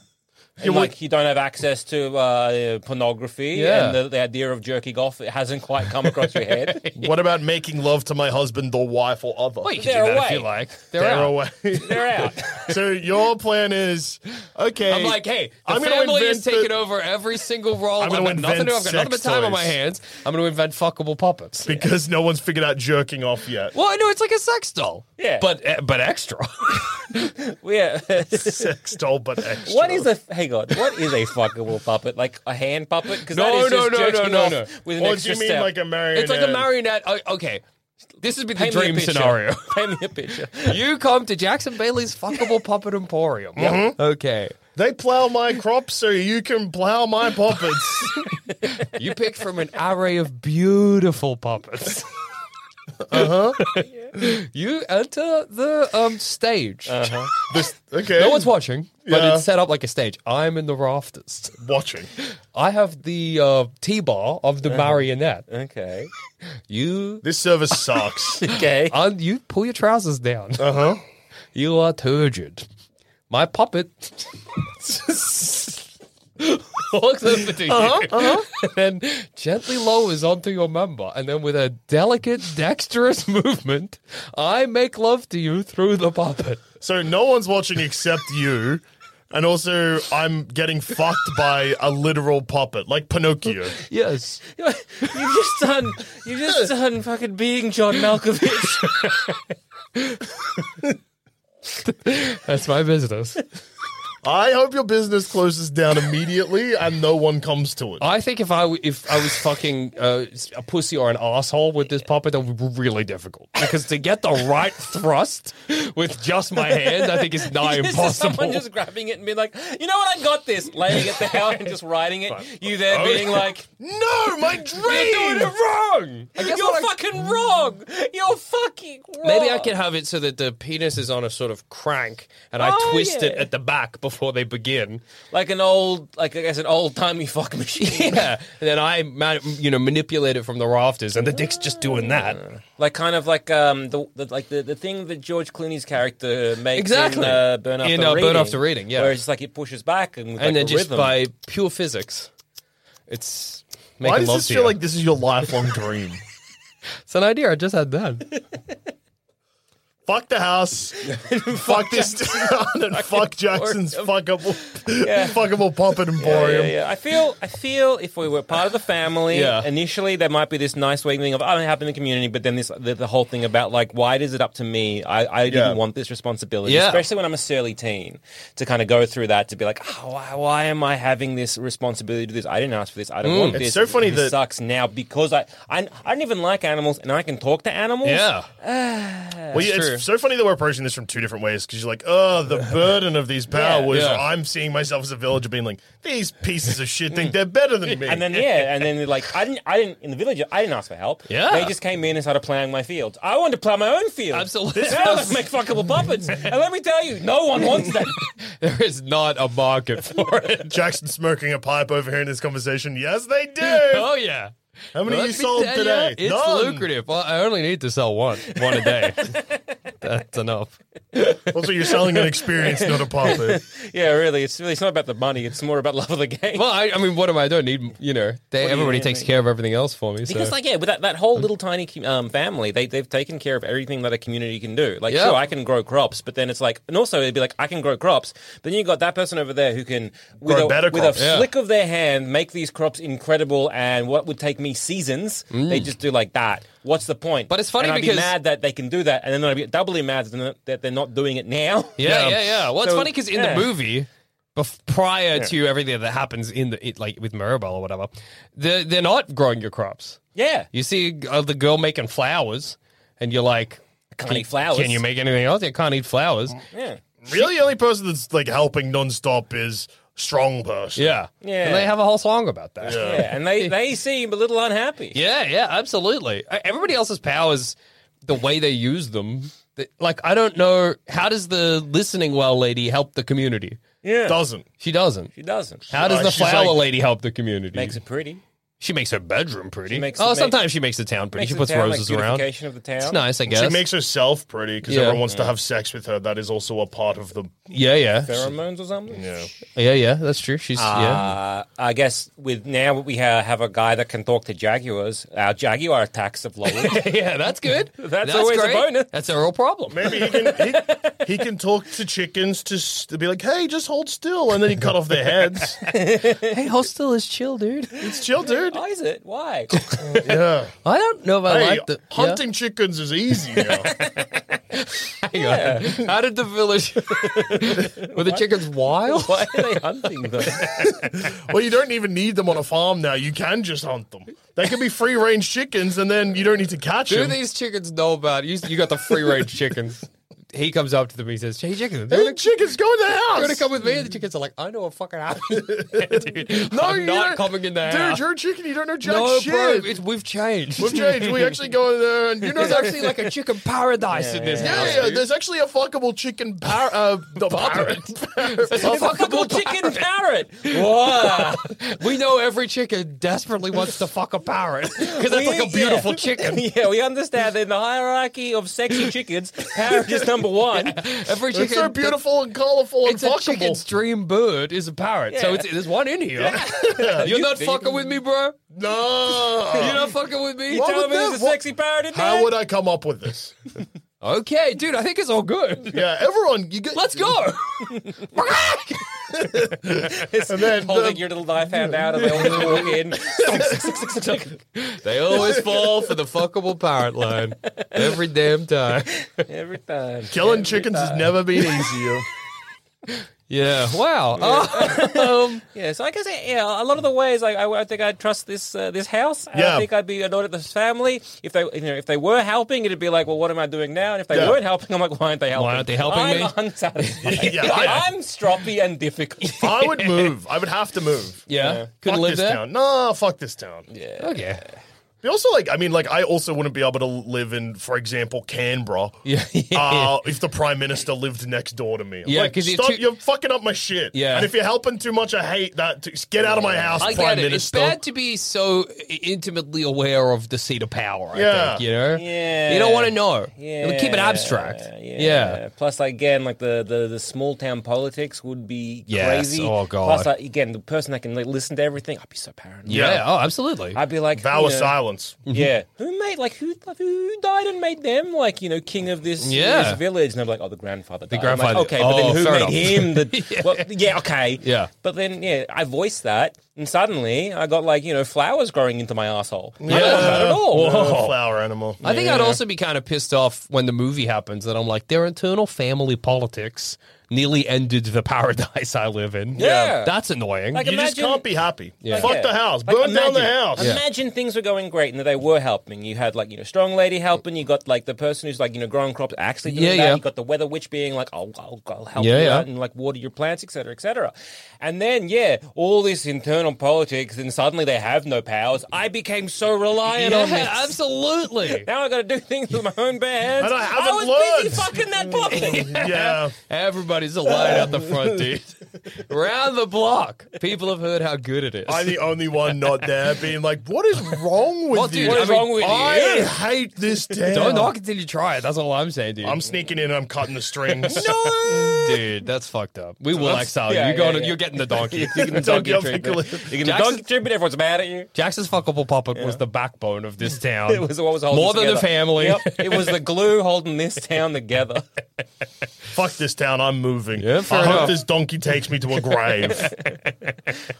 Speaker 3: And like you don't have access to uh, pornography,
Speaker 2: Yeah.
Speaker 3: and the, the idea of jerking off it hasn't quite come across your head.
Speaker 1: what about making love to my husband or wife or other?
Speaker 2: Well, you can
Speaker 3: They're
Speaker 2: do that if
Speaker 3: away.
Speaker 2: you like. They're,
Speaker 1: They're
Speaker 2: out.
Speaker 1: away.
Speaker 3: They're out.
Speaker 1: so your plan is okay.
Speaker 2: I'm like, hey, the
Speaker 1: I'm gonna
Speaker 2: family is
Speaker 1: invent
Speaker 2: taking
Speaker 1: the-
Speaker 2: over every single role.
Speaker 1: I'm gonna
Speaker 2: I've got nothing
Speaker 1: invent
Speaker 2: to. I've got nothing but
Speaker 1: sex
Speaker 2: time on my
Speaker 1: toys.
Speaker 2: hands. I'm going to invent fuckable puppets.
Speaker 1: because no one's figured out jerking off yet.
Speaker 2: Well, I know it's like a sex doll.
Speaker 3: Yeah.
Speaker 2: but uh, but extra.
Speaker 3: Yeah.
Speaker 1: Sex doll, but extra.
Speaker 3: What is a hey god? What is a fuckable puppet? Like a hand puppet? Because
Speaker 2: No, no, no, no, no, no. Oh,
Speaker 3: With an
Speaker 1: Or do
Speaker 3: extra
Speaker 1: you mean
Speaker 3: step.
Speaker 1: like a marionette?
Speaker 2: it's like a marionette. Oh, okay, this would be the
Speaker 3: Paint me a
Speaker 2: dream
Speaker 3: picture.
Speaker 2: scenario.
Speaker 3: Paint me a picture.
Speaker 2: you come to Jackson Bailey's fuckable puppet emporium. Okay,
Speaker 1: They plow my crops so you can plow my puppets.
Speaker 2: you pick from an array of beautiful puppets. Uh-huh. You enter the um, stage.
Speaker 1: This, okay.
Speaker 2: No one's watching, but
Speaker 1: Yeah.
Speaker 2: it's set up like a stage. I'm in the rafters.
Speaker 1: watching.
Speaker 2: I have the uh, T bar of the marionette.
Speaker 3: Okay.
Speaker 2: You
Speaker 1: This service sucks.
Speaker 3: Okay.
Speaker 2: un- you pull your trousers down.
Speaker 1: Uh huh.
Speaker 2: You are turgid. My puppet walks over to you and then gently lowers onto your member. And then, with a delicate, dexterous movement, I make love to you through the puppet.
Speaker 1: So no one's watching except you. And also, I'm getting fucked by a literal puppet, like Pinocchio.
Speaker 2: Yes.
Speaker 3: you've just done. You've just done fucking being John Malkovich.
Speaker 2: That's my business.
Speaker 1: I hope your business closes down immediately and no one comes to it.
Speaker 2: I think if I w- if I was fucking uh, a pussy or an asshole with this puppet, that would be really difficult because to get the right thrust with just my hand, I think is nigh
Speaker 3: This is someone
Speaker 2: impossible.
Speaker 3: just grabbing it and being like, you know what, I got this. Laying it down and just riding it. You
Speaker 2: Oh,
Speaker 3: there being like,
Speaker 1: no, my
Speaker 2: You're doing
Speaker 1: dream!
Speaker 2: it wrong. I guess
Speaker 3: you're
Speaker 2: what I-
Speaker 3: fucking wrong. You're fucking wrong.
Speaker 2: Maybe I can have it so that the penis is on a sort of crank, and I
Speaker 3: Oh,
Speaker 2: twist it
Speaker 3: yeah.
Speaker 2: at the back before they begin.
Speaker 3: like an old, like I guess an old timey fuck machine.
Speaker 2: Yeah, and then I, ma- you know, manipulate it from the rafters, and the dick's just doing that.
Speaker 3: Ah. Like kind of like um the, the like the, the thing that George Clooney's character makes
Speaker 2: Exactly.
Speaker 3: in uh, Burn After
Speaker 2: In, uh, Burn
Speaker 3: Reading.
Speaker 2: After Reading, yeah.
Speaker 3: Where it's just like it pushes back and with,
Speaker 2: and
Speaker 3: like,
Speaker 2: then
Speaker 3: a
Speaker 2: just
Speaker 3: rhythm.
Speaker 2: by pure physics, it's making
Speaker 1: Why does
Speaker 2: love
Speaker 1: this
Speaker 2: to
Speaker 1: feel
Speaker 2: you.
Speaker 1: like this is your lifelong dream?
Speaker 2: It's an idea I just had then.
Speaker 1: fuck the house, fuck this town, and fuck Jackson's fuckable, fuckable puppet
Speaker 3: Yeah, yeah,
Speaker 1: emporium.
Speaker 3: yeah. I feel I feel if we were part of the family
Speaker 2: Yeah.
Speaker 3: initially there might be this nice way thing of I don't happen in the community, but then this the, the whole thing about like why is it up to me? I, I
Speaker 1: Yeah.
Speaker 3: didn't want this responsibility,
Speaker 2: Yeah.
Speaker 3: especially when I'm a surly teen, to kind of go through that to be like, oh, why, why am I having this responsibility to do this? I didn't ask for this. I don't want
Speaker 1: Mm. It's
Speaker 3: this.
Speaker 1: so funny that-
Speaker 3: this sucks now because I, I I don't even like animals and I can talk to animals.
Speaker 1: Well, yeah,
Speaker 2: true.
Speaker 1: it's so funny that we're approaching this from two different ways because you're like, oh, the burden of these powers.
Speaker 2: Yeah.
Speaker 1: I'm seeing myself as a villager being like, these pieces of shit think they're better than me.
Speaker 3: And then yeah, and then like I didn't, I didn't in the village. I didn't ask for help.
Speaker 2: Yeah.
Speaker 3: they just came in and started plowing my fields. I wanted to plow my own field.
Speaker 2: Absolutely.
Speaker 3: Yeah, let's make fuckable puppets. And let me tell you, no one wants that.
Speaker 2: there is not a market for it.
Speaker 1: Jackson smoking a pipe over here in this conversation. Yes, they do.
Speaker 2: Oh yeah.
Speaker 1: How many
Speaker 2: Let
Speaker 1: you
Speaker 2: me
Speaker 1: sold
Speaker 2: tell
Speaker 1: today?
Speaker 2: ya, it's
Speaker 1: None.
Speaker 2: lucrative. Well, I only need to sell one, one a day. That's enough.
Speaker 1: Also, you're selling an experience, not a puppet.
Speaker 3: yeah, really, it's really it's not about the money. It's more about love of the game.
Speaker 2: Well, I, I mean, what am I doing? Need you know? They, everybody takes care of everything else for me.
Speaker 3: because
Speaker 2: so. Mm.
Speaker 3: like yeah, with that, that whole little tiny com- um, family, they they've taken care of everything that a community can do. Like
Speaker 2: Yeah.
Speaker 3: sure, I can grow crops, but then it's like, and also it'd be like, I can grow crops, but then you got that person over there who can with
Speaker 1: Grow
Speaker 3: a,
Speaker 1: better
Speaker 3: with
Speaker 1: crops.
Speaker 3: a
Speaker 1: Yeah.
Speaker 3: flick of their hand make these crops incredible, and what would take me seasons, they just do like that. What's the point?
Speaker 2: Mm. But it's funny
Speaker 3: And I'd
Speaker 2: because-
Speaker 3: be mad that they can do that, and then I'd be doubly mad that they're not- that they're not doing it now.
Speaker 2: yeah, yeah, yeah. Well, it's
Speaker 3: So,
Speaker 2: funny because in
Speaker 3: yeah.
Speaker 2: the movie, bef- prior to everything that happens in the it, like with Mirabelle or whatever, they're, they're not growing your crops.
Speaker 3: Yeah.
Speaker 2: You see uh, the girl making flowers, and you're like,
Speaker 3: Can't eat flowers.
Speaker 2: Can you make anything else? You can't eat flowers.
Speaker 1: Mm.
Speaker 3: Yeah.
Speaker 1: really, the only person that's like helping nonstop is strong person.
Speaker 2: Yeah.
Speaker 3: Yeah.
Speaker 2: And they have a whole song about that.
Speaker 3: Yeah. And they, they seem a little unhappy.
Speaker 2: Yeah, yeah, absolutely. Uh, Everybody else's powers, the way they use them, th- like I don't know how does the listening well lady help the community?
Speaker 1: doesn't.
Speaker 2: She doesn't.
Speaker 3: She doesn't.
Speaker 2: How does
Speaker 1: Uh,
Speaker 2: the
Speaker 1: she's
Speaker 2: flower
Speaker 1: like-
Speaker 2: lady help the community?
Speaker 3: Makes it pretty.
Speaker 2: she makes her bedroom pretty.
Speaker 3: She makes
Speaker 2: oh,
Speaker 3: the-
Speaker 2: sometimes she makes the town pretty.
Speaker 3: makes
Speaker 2: She
Speaker 3: the
Speaker 2: puts
Speaker 3: town, like,
Speaker 2: roses around.
Speaker 3: beautification of the town.
Speaker 2: It's nice, I guess.
Speaker 1: She makes herself pretty because
Speaker 2: Yeah. Mm.
Speaker 1: everyone wants to have sex with her. That is also a part of the.
Speaker 2: yeah, yeah,
Speaker 3: Pheromones or something?
Speaker 1: Yeah.
Speaker 2: yeah, yeah. That's true. She's yeah.
Speaker 3: Uh, I guess with now we ha- have a guy that can talk to jaguars. Our jaguar attacks have lowered.
Speaker 2: Yeah, that's good.
Speaker 3: That's always a
Speaker 2: great.
Speaker 3: bonus.
Speaker 2: That's a real problem.
Speaker 1: Maybe he can he, he can talk to chickens to, s- to be like, hey, just hold still, and then he cut off their heads.
Speaker 2: Hey, hostel is chill, dude.
Speaker 1: It's chill, dude.
Speaker 3: Why is it? Why?
Speaker 1: Yeah.
Speaker 2: I don't know if I
Speaker 1: Hey,
Speaker 2: like the yeah.
Speaker 1: hunting chickens is easy now.
Speaker 2: Hang on. How did the village? Were the chickens wild?
Speaker 3: Why are they hunting them?
Speaker 1: well, you don't even need them on a farm now. You can just hunt them. They can be free range chickens, and then you don't need to catch
Speaker 2: Do
Speaker 1: them.
Speaker 2: these chickens know about you? You got the free range chickens. he comes up to them. He says, "Hey, chicken, they're
Speaker 1: Hey,
Speaker 2: gonna,
Speaker 1: chickens, go in the
Speaker 2: they're
Speaker 1: house.
Speaker 2: gonna come with me." And the chickens are like, "I know what fucking happened, dude.
Speaker 1: no,
Speaker 2: I'm
Speaker 1: you
Speaker 2: not
Speaker 1: don't-
Speaker 2: coming in there.
Speaker 1: Dude, you're a chicken. You don't know jack
Speaker 2: no,
Speaker 1: shit.
Speaker 2: bro, it's, we've changed.
Speaker 1: We've changed. We actually go in there, and you know
Speaker 2: There's
Speaker 1: that
Speaker 2: actually like a chicken paradise in this
Speaker 1: Yeah,
Speaker 2: house.
Speaker 1: yeah,
Speaker 2: dude.
Speaker 1: there's actually a fuckable chicken par- uh, the parrot. Parrot.
Speaker 3: It's a fuckable chicken parrot. Whoa.
Speaker 2: we know every chicken desperately wants to fuck a parrot because that's
Speaker 3: We-
Speaker 2: like a beautiful
Speaker 3: yeah.
Speaker 2: chicken.
Speaker 3: yeah, we understand that in the hierarchy of sexy chickens, parrot is number one.
Speaker 2: Every chicken.
Speaker 1: It's so beautiful and colourful and
Speaker 2: It's a
Speaker 1: fuckable.
Speaker 2: chicken's dream bird is a parrot, so
Speaker 3: Yeah.
Speaker 2: it's, there's one in here. You're not fucking with me, bro. You're
Speaker 1: no.
Speaker 2: not fucking with me.
Speaker 3: You
Speaker 1: What
Speaker 3: tell
Speaker 1: would
Speaker 3: me there's
Speaker 1: that-
Speaker 3: a
Speaker 1: what-
Speaker 3: sexy parrot in there?
Speaker 1: How would I come up with this?
Speaker 2: Okay, dude, I think it's all good.
Speaker 1: Yeah, everyone, you get.
Speaker 2: Let's go.
Speaker 1: And then
Speaker 3: Holding
Speaker 1: the-
Speaker 3: your little knife hand out and they all just walk in.
Speaker 2: they always fall for the fuckable parrot line every damn time.
Speaker 3: Every time.
Speaker 1: killing chickens has
Speaker 2: uh,
Speaker 1: never been easier.
Speaker 2: Yeah. Wow. um,
Speaker 3: Yeah, so I guess yeah, a lot of the ways I, I, I think I'd trust this uh, this house.
Speaker 1: Yeah.
Speaker 3: I think I'd be annoyed at this family if they you know if they were helping, it'd be like, well, what am I doing now? And if they
Speaker 1: Yeah.
Speaker 3: weren't helping, I'm like, why aren't they helping?
Speaker 2: aren't they helping
Speaker 3: I'm
Speaker 2: me?
Speaker 3: unsatisfied.
Speaker 1: Yeah, I-
Speaker 3: I'm stroppy and difficult.
Speaker 1: I would move. I would have to move.
Speaker 2: yeah. Couldn't
Speaker 1: fuck
Speaker 2: live
Speaker 1: this
Speaker 2: there.
Speaker 1: town. No, fuck this town. Yeah.
Speaker 2: Okay.
Speaker 1: But also, like, I mean, like, I also wouldn't be able to live in, for example, Canberra.
Speaker 2: Yeah.
Speaker 1: Uh, if the prime minister lived next door to me, I'm
Speaker 2: Yeah,
Speaker 1: like,
Speaker 2: 'cause you're
Speaker 1: stop,
Speaker 2: too-
Speaker 1: you're fucking up my shit.
Speaker 2: Yeah.
Speaker 1: and if you're helping too much, I hate that. Too. Get out of my house,
Speaker 2: I
Speaker 1: prime
Speaker 2: get it. It's
Speaker 1: minister.
Speaker 2: bad to be so intimately aware of the seat of power. I
Speaker 1: Yeah.
Speaker 2: think you know.
Speaker 3: Yeah.
Speaker 2: You don't want to know.
Speaker 3: Yeah.
Speaker 2: Keep it abstract.
Speaker 3: Yeah.
Speaker 2: yeah.
Speaker 3: Plus, again, like the, the, the small town politics would be
Speaker 2: Yes.
Speaker 3: crazy.
Speaker 2: Oh, God.
Speaker 3: Plus, like, again, the person that can like, listen to everything, I'd be so paranoid.
Speaker 2: Yeah.
Speaker 1: Yeah.
Speaker 2: Oh, absolutely.
Speaker 3: I'd be like,
Speaker 1: Vow
Speaker 3: you
Speaker 1: of
Speaker 3: know,
Speaker 1: silence.
Speaker 2: Mm-hmm.
Speaker 3: Yeah. Who made like who who died and made them like you know king of this,
Speaker 2: Yeah.
Speaker 3: this village? And I'm like, oh, the grandfather. Died.
Speaker 2: The
Speaker 3: I'm like,
Speaker 2: grandfather-
Speaker 3: okay, but
Speaker 2: oh,
Speaker 3: then who
Speaker 2: fair
Speaker 3: made
Speaker 2: enough.
Speaker 3: him? The yeah. Well, yeah. Okay.
Speaker 2: Yeah.
Speaker 3: But then yeah, I voiced that, and suddenly I got like you know flowers growing into my asshole. Yeah. I don't want that at all.
Speaker 1: Oh, flower animal.
Speaker 2: I think I'd also be kind of pissed off when the movie happens that I'm like, their internal family politics nearly ended the paradise I live in.
Speaker 3: Yeah.
Speaker 2: That's annoying.
Speaker 3: Like,
Speaker 1: you just
Speaker 3: imagine-
Speaker 1: can't be happy.
Speaker 2: Yeah.
Speaker 1: Fuck
Speaker 3: Yeah.
Speaker 1: the house.
Speaker 3: Like,
Speaker 1: Burn down the
Speaker 3: imagine-
Speaker 1: house.
Speaker 3: Imagine things were going great and that they were helping. You had like you know strong lady helping. You got like the person who's like you know growing crops actually doing
Speaker 2: Yeah,
Speaker 3: that.
Speaker 2: yeah.
Speaker 3: You got the weather witch being like I'll, I'll, I'll help
Speaker 2: Yeah,
Speaker 3: you
Speaker 2: yeah.
Speaker 3: out and like water your plants etc etc. And then yeah, all this internal politics and suddenly they have no powers. I became so reliant on this.
Speaker 2: yeah, absolutely.
Speaker 3: Now I got to do things with my own bare hands.
Speaker 1: And I haven't
Speaker 3: was
Speaker 1: learned.
Speaker 3: busy fucking that book.
Speaker 1: yeah.
Speaker 2: Everybody's a line out the front, dude. Round the block. People have heard how good it is.
Speaker 1: I'm the only one not there being like, what is wrong with
Speaker 2: Well, dude,
Speaker 1: you?
Speaker 2: What is I mean,
Speaker 3: wrong with you?
Speaker 1: I hate this town.
Speaker 2: Don't knock it till you try it. That's all I'm saying, dude.
Speaker 1: I'm sneaking in and I'm cutting the strings.
Speaker 2: dude, that's fucked up. We will exile
Speaker 3: yeah,
Speaker 2: you. You're,
Speaker 3: yeah,
Speaker 2: going
Speaker 3: yeah.
Speaker 2: you're getting the donkey.
Speaker 3: You're getting the
Speaker 1: Don't
Speaker 3: donkey
Speaker 1: get off the
Speaker 3: treatment.
Speaker 1: cliff.
Speaker 3: You're getting the
Speaker 2: Jackson-
Speaker 3: donkey treatment. Everyone's mad at you.
Speaker 2: Jackson's fuckable puppet was the backbone of this town.
Speaker 3: It was what was holding
Speaker 2: More
Speaker 3: us
Speaker 2: than the
Speaker 3: together.
Speaker 2: family.
Speaker 3: Yep. It was the glue holding this town together.
Speaker 1: Fuck this town. I'm moving.
Speaker 2: Yeah, fair
Speaker 1: I
Speaker 2: enough.
Speaker 1: hope this donkey takes me to a grave.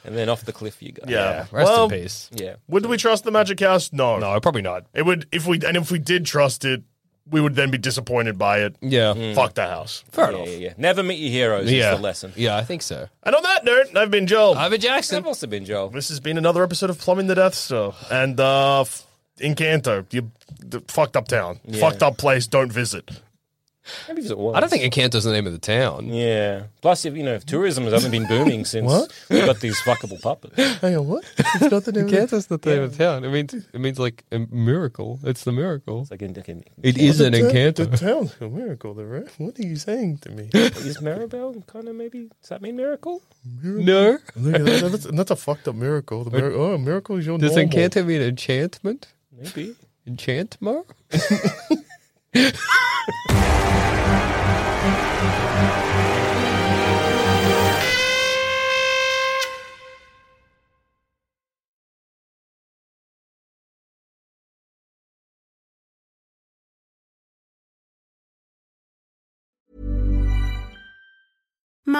Speaker 3: And then off the cliff you go.
Speaker 1: yeah.
Speaker 2: Rest
Speaker 1: Well,
Speaker 2: in peace.
Speaker 3: Yeah.
Speaker 1: Would we trust the magic house? No.
Speaker 2: No, probably not.
Speaker 1: It would if we and if we did trust it, we would then be disappointed by it.
Speaker 2: Yeah.
Speaker 3: mm.
Speaker 1: Fuck the house.
Speaker 2: Fair
Speaker 3: Yeah,
Speaker 2: enough.
Speaker 3: yeah, yeah. Never meet your heroes
Speaker 2: Yeah.
Speaker 3: is the lesson.
Speaker 2: Yeah, I think so.
Speaker 1: And on that note, I've been Joel.
Speaker 2: Ivan Jackson.
Speaker 3: I've also been Joel.
Speaker 1: this has been another episode of Plumbing the Death Star and uh, f- Encanto. You the fucked up town, fucked up place. Don't visit.
Speaker 3: Maybe it was at once.
Speaker 2: I don't think Encanto's the name of the town.
Speaker 3: Mm. Yeah. Plus, if you know, if tourism has only been booming since we got these fuckable puppets.
Speaker 1: Hang on, what? It's not the name.
Speaker 2: Encanto's the name of the town. It means it means like a miracle. It's the miracle.
Speaker 3: Like, in- like in-
Speaker 2: It is an
Speaker 1: The
Speaker 2: Encanto.
Speaker 1: town's a miracle, though, right? What are you saying to me?
Speaker 3: is Maribel kind of maybe? Does that mean miracle?
Speaker 2: No,
Speaker 1: Look at that. That's, that's a fucked up miracle. The mir- oh, miracle is your
Speaker 2: does
Speaker 1: normal.
Speaker 2: Encanto mean enchantment?
Speaker 3: Maybe.
Speaker 2: Enchantment?
Speaker 4: My